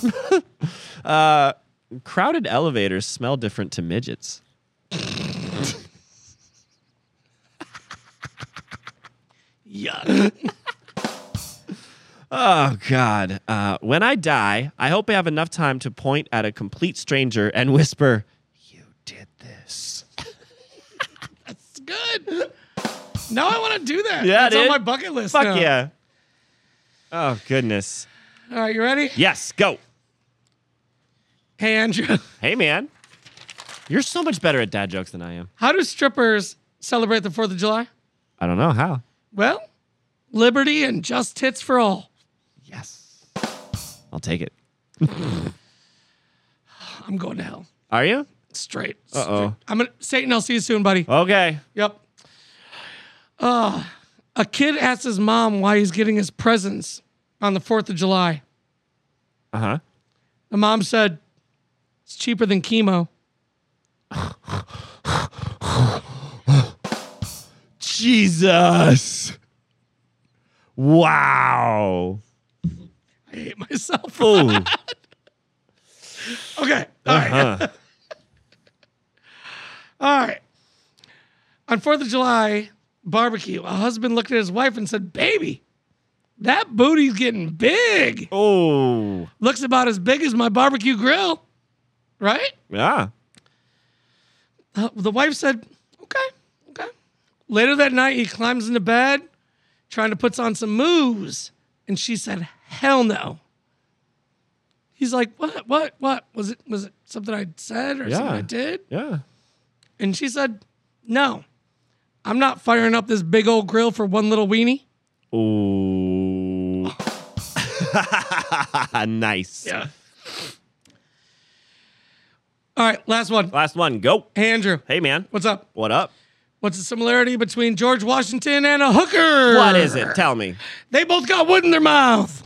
Speaker 1: Crowded elevators smell different to midgets.
Speaker 2: Yuck.
Speaker 1: Oh God! Uh, when I die, I hope I have enough time to point at a complete stranger and whisper, "You did this."
Speaker 2: It's good. Now I want to do that.
Speaker 1: Yeah,
Speaker 2: that's
Speaker 1: dude.
Speaker 2: on my bucket list.
Speaker 1: Fuck
Speaker 2: now.
Speaker 1: yeah! Oh goodness!
Speaker 2: All right, you ready?
Speaker 1: Yes, go.
Speaker 2: Hey, Andrew.
Speaker 1: Hey, man. You're so much better at dad jokes than I am.
Speaker 2: How do strippers celebrate the Fourth of July?
Speaker 1: I don't know how.
Speaker 2: Well, liberty and just tits for all.
Speaker 1: Yes. I'll take it.
Speaker 2: I'm going to hell.
Speaker 1: Are you?
Speaker 2: Straight.
Speaker 1: Uh-oh.
Speaker 2: Straight. I'm gonna Satan. I'll see you soon, buddy.
Speaker 1: Okay.
Speaker 2: Yep. Uh, a kid asks his mom why he's getting his presents on the 4th of July.
Speaker 1: Uh huh.
Speaker 2: The mom said, It's cheaper than chemo.
Speaker 1: Jesus. Wow.
Speaker 2: I hate myself.
Speaker 1: Ooh.
Speaker 2: Okay. All right.
Speaker 1: Huh.
Speaker 2: All right. On 4th of July barbecue, a husband looked at his wife and said, Baby, that booty's getting big.
Speaker 1: Oh.
Speaker 2: Looks about as big as my barbecue grill. Right?
Speaker 1: Yeah.
Speaker 2: Uh, the wife said, "Okay, okay." Later that night, he climbs into bed, trying to puts on some moves, and she said, "Hell no." He's like, "What? What? What? Was it? Was it something I said or something
Speaker 1: Yeah.
Speaker 2: I did?"
Speaker 1: Yeah.
Speaker 2: And she said, "No, I'm not firing up this big old grill for one little weenie."
Speaker 1: Ooh. nice.
Speaker 2: All right, last one.
Speaker 1: Last one. Go.
Speaker 2: Hey, Andrew,
Speaker 1: Hey, man.
Speaker 2: what's up?
Speaker 1: What up?
Speaker 2: What's the similarity between George Washington and a hooker?
Speaker 1: What is it? Tell me.
Speaker 2: They both got wood in their mouth.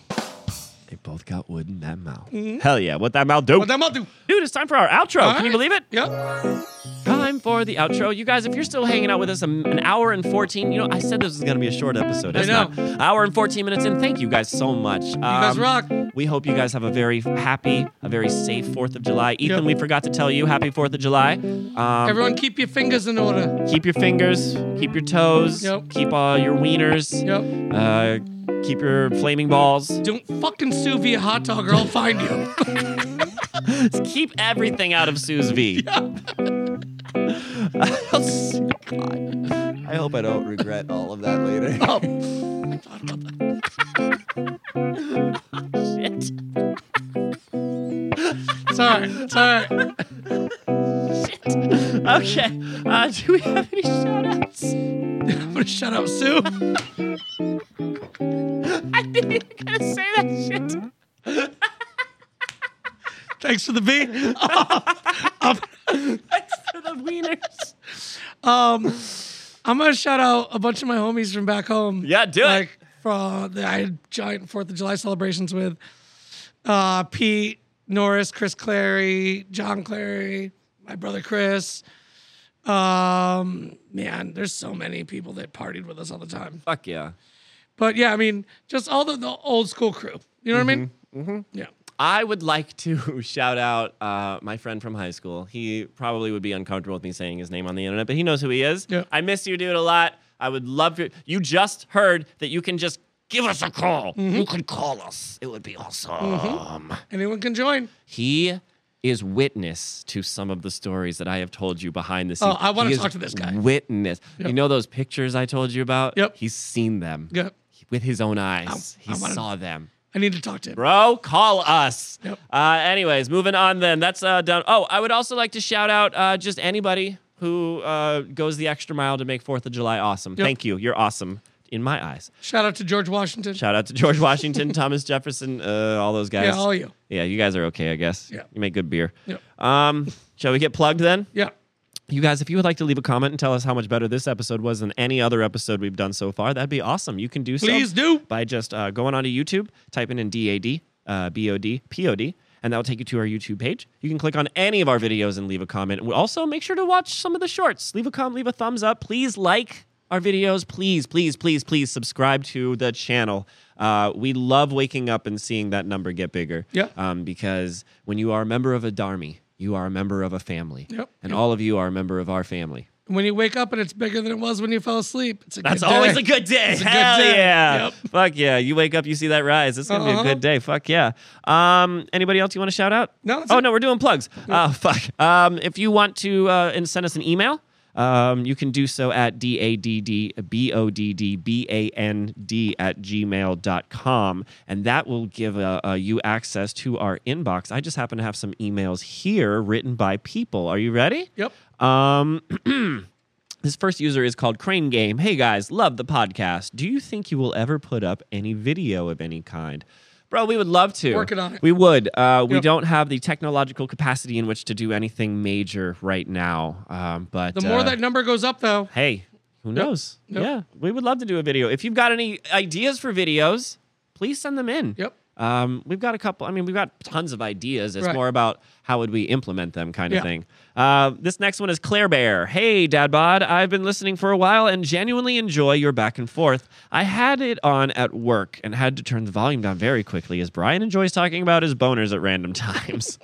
Speaker 1: They both got wood in that mouth. Hell yeah. What that mouth do?
Speaker 2: Mm-hmm. What that mouth do?
Speaker 1: Dude, it's time for our outro.
Speaker 2: All
Speaker 1: Can Oh, you
Speaker 2: right.
Speaker 1: believe it?
Speaker 2: Yep.
Speaker 1: Time for the outro. You guys, if you're still hanging out with us um, an hour and 14, you know, I said this was going to be a short episode. It's
Speaker 2: know.
Speaker 1: not. Hour and 14 minutes in. Thank you guys so much. you
Speaker 2: guys rock.
Speaker 1: We hope you guys have a very happy, a very safe 4th of July. Ethan,
Speaker 2: Yep.
Speaker 1: we forgot to tell you, happy 4th of July. Um,
Speaker 2: Everyone, keep your fingers in order.
Speaker 1: keep your fingers, keep your toes,
Speaker 2: Yep.
Speaker 1: keep all your wieners.
Speaker 2: Yep.
Speaker 1: Uh, Keep your flaming balls.
Speaker 2: Don't fucking sue via hot dog or I'll find you.
Speaker 1: Just keep everything out of sous vide.
Speaker 3: I hope I don't regret all of that later.
Speaker 2: It's all right. It's all right.
Speaker 1: Okay. Uh, do we have any shout outs?
Speaker 2: I'm gonna shut up, Sue.
Speaker 1: I think you're going to say that shit.
Speaker 2: Thanks for the beat.
Speaker 1: to the wieners.
Speaker 2: Um, I'm gonna shout out a bunch of my homies from back home.
Speaker 1: Yeah, do it.
Speaker 2: like, From that I had giant Fourth of July celebrations with uh, Pete Norris, Chris Clary, John Clary, my brother Chris. Um, man, there's so many people that partied with us all the time.
Speaker 1: Fuck yeah.
Speaker 2: But yeah, I mean, just all the, the old school crew. You know what I mean? Mm-hmm. Yeah.
Speaker 1: I would like to shout out uh, my friend from high school. He probably would be uncomfortable with me saying his name on the internet, but he knows who he is.
Speaker 2: Yeah.
Speaker 1: I miss you, dude, a lot. I would love to. You just heard that you can just give us a call. You can call us. It would be awesome.
Speaker 2: Anyone can join.
Speaker 1: He is witness to some of the stories that I have told you behind
Speaker 2: Oh,
Speaker 1: the scenes.
Speaker 2: I wanna
Speaker 1: He is
Speaker 2: talk to this guy.
Speaker 1: Witness. You know those pictures I told you about?
Speaker 2: Yep.
Speaker 1: He's seen them.
Speaker 2: Yep.
Speaker 1: With his own eyes.
Speaker 2: I
Speaker 1: he
Speaker 2: wanna-
Speaker 1: saw them.
Speaker 2: I need to talk to him.
Speaker 1: Bro, call us.
Speaker 2: Yep.
Speaker 1: Uh, anyways, moving on then. That's uh, done. Oh, I would also like to shout out uh, just anybody who uh, goes the extra mile to make 4th of July awesome. Thank you. You're awesome in my eyes.
Speaker 2: Shout out to George Washington.
Speaker 1: Shout out to George Washington, Thomas Jefferson, uh, all those guys.
Speaker 2: yeah, all you.
Speaker 1: Yeah, you guys are okay, I guess.
Speaker 2: Yeah.
Speaker 1: You make good beer.
Speaker 2: Yeah.
Speaker 1: Um, shall we get plugged then?
Speaker 2: Yeah.
Speaker 1: You guys, if you would like to leave a comment and tell us how much better this episode was than any other episode we've done so far, that'd be awesome. You can do so
Speaker 2: Please do.
Speaker 1: by just uh, going onto YouTube, typing in DAD, uh, BOD, POD, and that will take you to our YouTube page. You can click on any of our videos and leave a comment. We- Also, make sure to watch some of the shorts. Leave a comment, leave a thumbs up. Please like our videos. Please, please, please, please subscribe to the channel. Uh, we love waking up and seeing that number get bigger.
Speaker 2: Yeah.
Speaker 1: Um, because when you are a member of a Dharmi, you are a member of a family.
Speaker 2: Yep.
Speaker 1: And all of you are a member of our family.
Speaker 2: when you wake up and it's bigger than it was when you fell asleep. It's a
Speaker 1: That's
Speaker 2: good
Speaker 1: always
Speaker 2: day.
Speaker 1: a good day.
Speaker 2: a good
Speaker 1: Hell
Speaker 2: day.
Speaker 1: yeah.
Speaker 2: Yep.
Speaker 1: Fuck yeah. You wake up, you see that rise. It's gonna
Speaker 2: Uh-huh.
Speaker 1: be a good day. Fuck yeah. Um, anybody else you want to shout out?
Speaker 2: No, that's
Speaker 1: Oh
Speaker 2: it.
Speaker 1: no, we're doing plugs. Oh fuck. Um, if you want to uh, and send us an email. Um, you can do so at d-a-d-d-b-o-d-d-b-a-n-d at gmail.com and that will give uh, uh, you access to our inbox i just happen to have some emails here written by people are you ready
Speaker 2: Yep.
Speaker 1: um, this first user is called Crane Game. Hey guys, love the podcast. Do you think you will ever put up any video of any kind? Bro, we would love to.
Speaker 2: Working on it.
Speaker 1: We would. Uh, we
Speaker 2: Yep.
Speaker 1: don't have the technological capacity in which to do anything major right now. Um, but
Speaker 2: The more
Speaker 1: uh,
Speaker 2: that number goes up, though,
Speaker 1: hey, who knows?
Speaker 2: Yep.
Speaker 1: Yeah, we would love to do a video. If you've got any ideas for videos, please send them in.
Speaker 2: Yep.
Speaker 1: Um, we've got a couple. I mean, we've got tons of ideas. It's
Speaker 2: Right.
Speaker 1: more about how would we implement them, kind of
Speaker 2: Yeah.
Speaker 1: thing. Uh, this next one is Claire Bear. Hey, Dad Bod. I've been listening for a while and genuinely enjoy your back and forth. I had it on at work and had to turn the volume down very quickly as Brian enjoys talking about his boners at random times.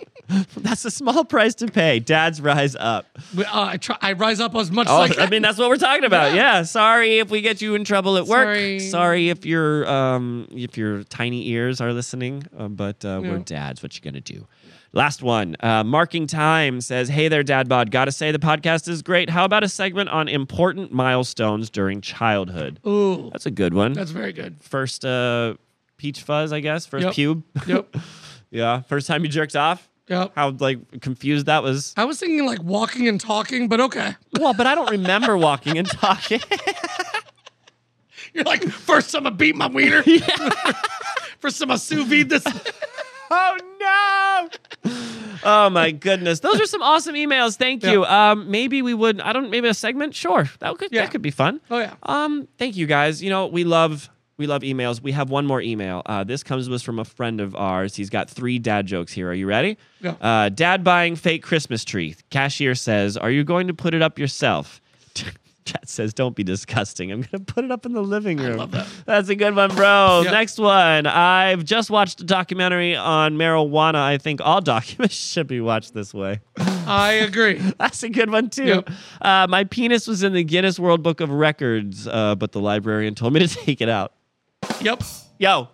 Speaker 1: That's a small price to pay. Dads rise up.
Speaker 2: we, uh, I try. I rise up as much
Speaker 1: Oh,
Speaker 2: like
Speaker 1: I mean, that's what we're talking about. Yeah. Sorry if we get you in trouble at work.
Speaker 2: Sorry.
Speaker 1: Sorry if your um if your tiny ears are listening. Uh, but uh, we're
Speaker 2: Yeah.
Speaker 1: dads. What you gonna do? Last one. Uh, Marking time says, "Hey there, Dad Bod. Gotta say the podcast is great. How about a segment on important milestones during childhood?
Speaker 2: Ooh,
Speaker 1: That's a good one.
Speaker 2: that's very good.
Speaker 1: first uh, peach fuzz, I guess. First
Speaker 2: Yep.
Speaker 1: pube.
Speaker 2: Yep.
Speaker 1: yeah. First time you jerked off.
Speaker 2: Yep.
Speaker 1: How like confused that was.
Speaker 2: I was thinking like walking and talking, but okay.
Speaker 1: Well, but I don't remember walking and talking.
Speaker 2: You're like, first I'm gonna beat my wiener. first I'm gonna sous vide this.
Speaker 1: Oh no! oh my goodness, those are some awesome emails. Thank you. Um, maybe we would. I don't. Maybe a segment. Sure, that could
Speaker 2: Yeah.
Speaker 1: that could be fun.
Speaker 2: Oh yeah.
Speaker 1: Um, thank you guys. You know we love we love emails. We have one more email. Uh, this comes to us from a friend of ours. He's got three dad jokes here. Are you ready?
Speaker 2: Yeah.
Speaker 1: Uh, dad buying fake Christmas tree. Cashier says, "Are you going to put it up yourself?" Dad says, "Don't be disgusting. I'm going to put it up in the living room."
Speaker 2: love that.
Speaker 1: That's a good one, bro.
Speaker 2: Yeah.
Speaker 1: Next one. I've just watched a documentary on marijuana. I think all documents should be watched this way.
Speaker 2: I agree.
Speaker 1: That's a good one, too.
Speaker 2: Yep.
Speaker 1: Uh, my penis was in the Guinness World Book of Records, uh, but the librarian told me to take it out.
Speaker 2: Yep.
Speaker 1: Yo,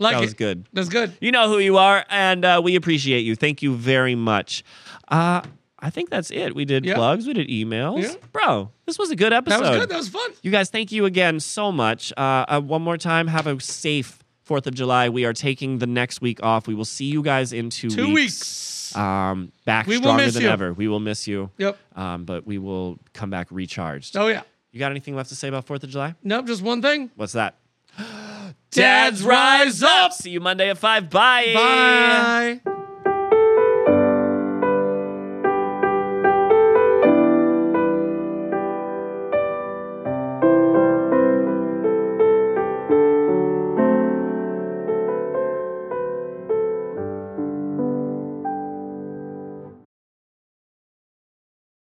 Speaker 2: Like it.
Speaker 1: that was good.
Speaker 2: That's good.
Speaker 1: You know who you are, and uh, we appreciate you. Thank you very much. Uh, I think that's it. We did
Speaker 2: Yeah.
Speaker 1: plugs, we did emails.
Speaker 2: Yeah.
Speaker 1: Bro, this was a good
Speaker 2: That
Speaker 1: episode.
Speaker 2: was good. That was fun.
Speaker 1: You guys, thank you again so much. Uh, uh, one more time, have a safe 4th of July. We are taking the next week off. We will see you guys in two,
Speaker 2: Two
Speaker 1: weeks.
Speaker 2: weeks.
Speaker 1: Um, back
Speaker 2: We will
Speaker 1: stronger
Speaker 2: miss
Speaker 1: than
Speaker 2: you.
Speaker 1: ever. We will miss you,
Speaker 2: Yep.
Speaker 1: um, but we will come back recharged.
Speaker 2: Oh yeah.
Speaker 1: You got anything left to say about 4th of July?
Speaker 2: Nope. Just one thing.
Speaker 1: What's that?
Speaker 2: Dads rise up.
Speaker 1: See you Monday at 5. Bye.
Speaker 2: Bye.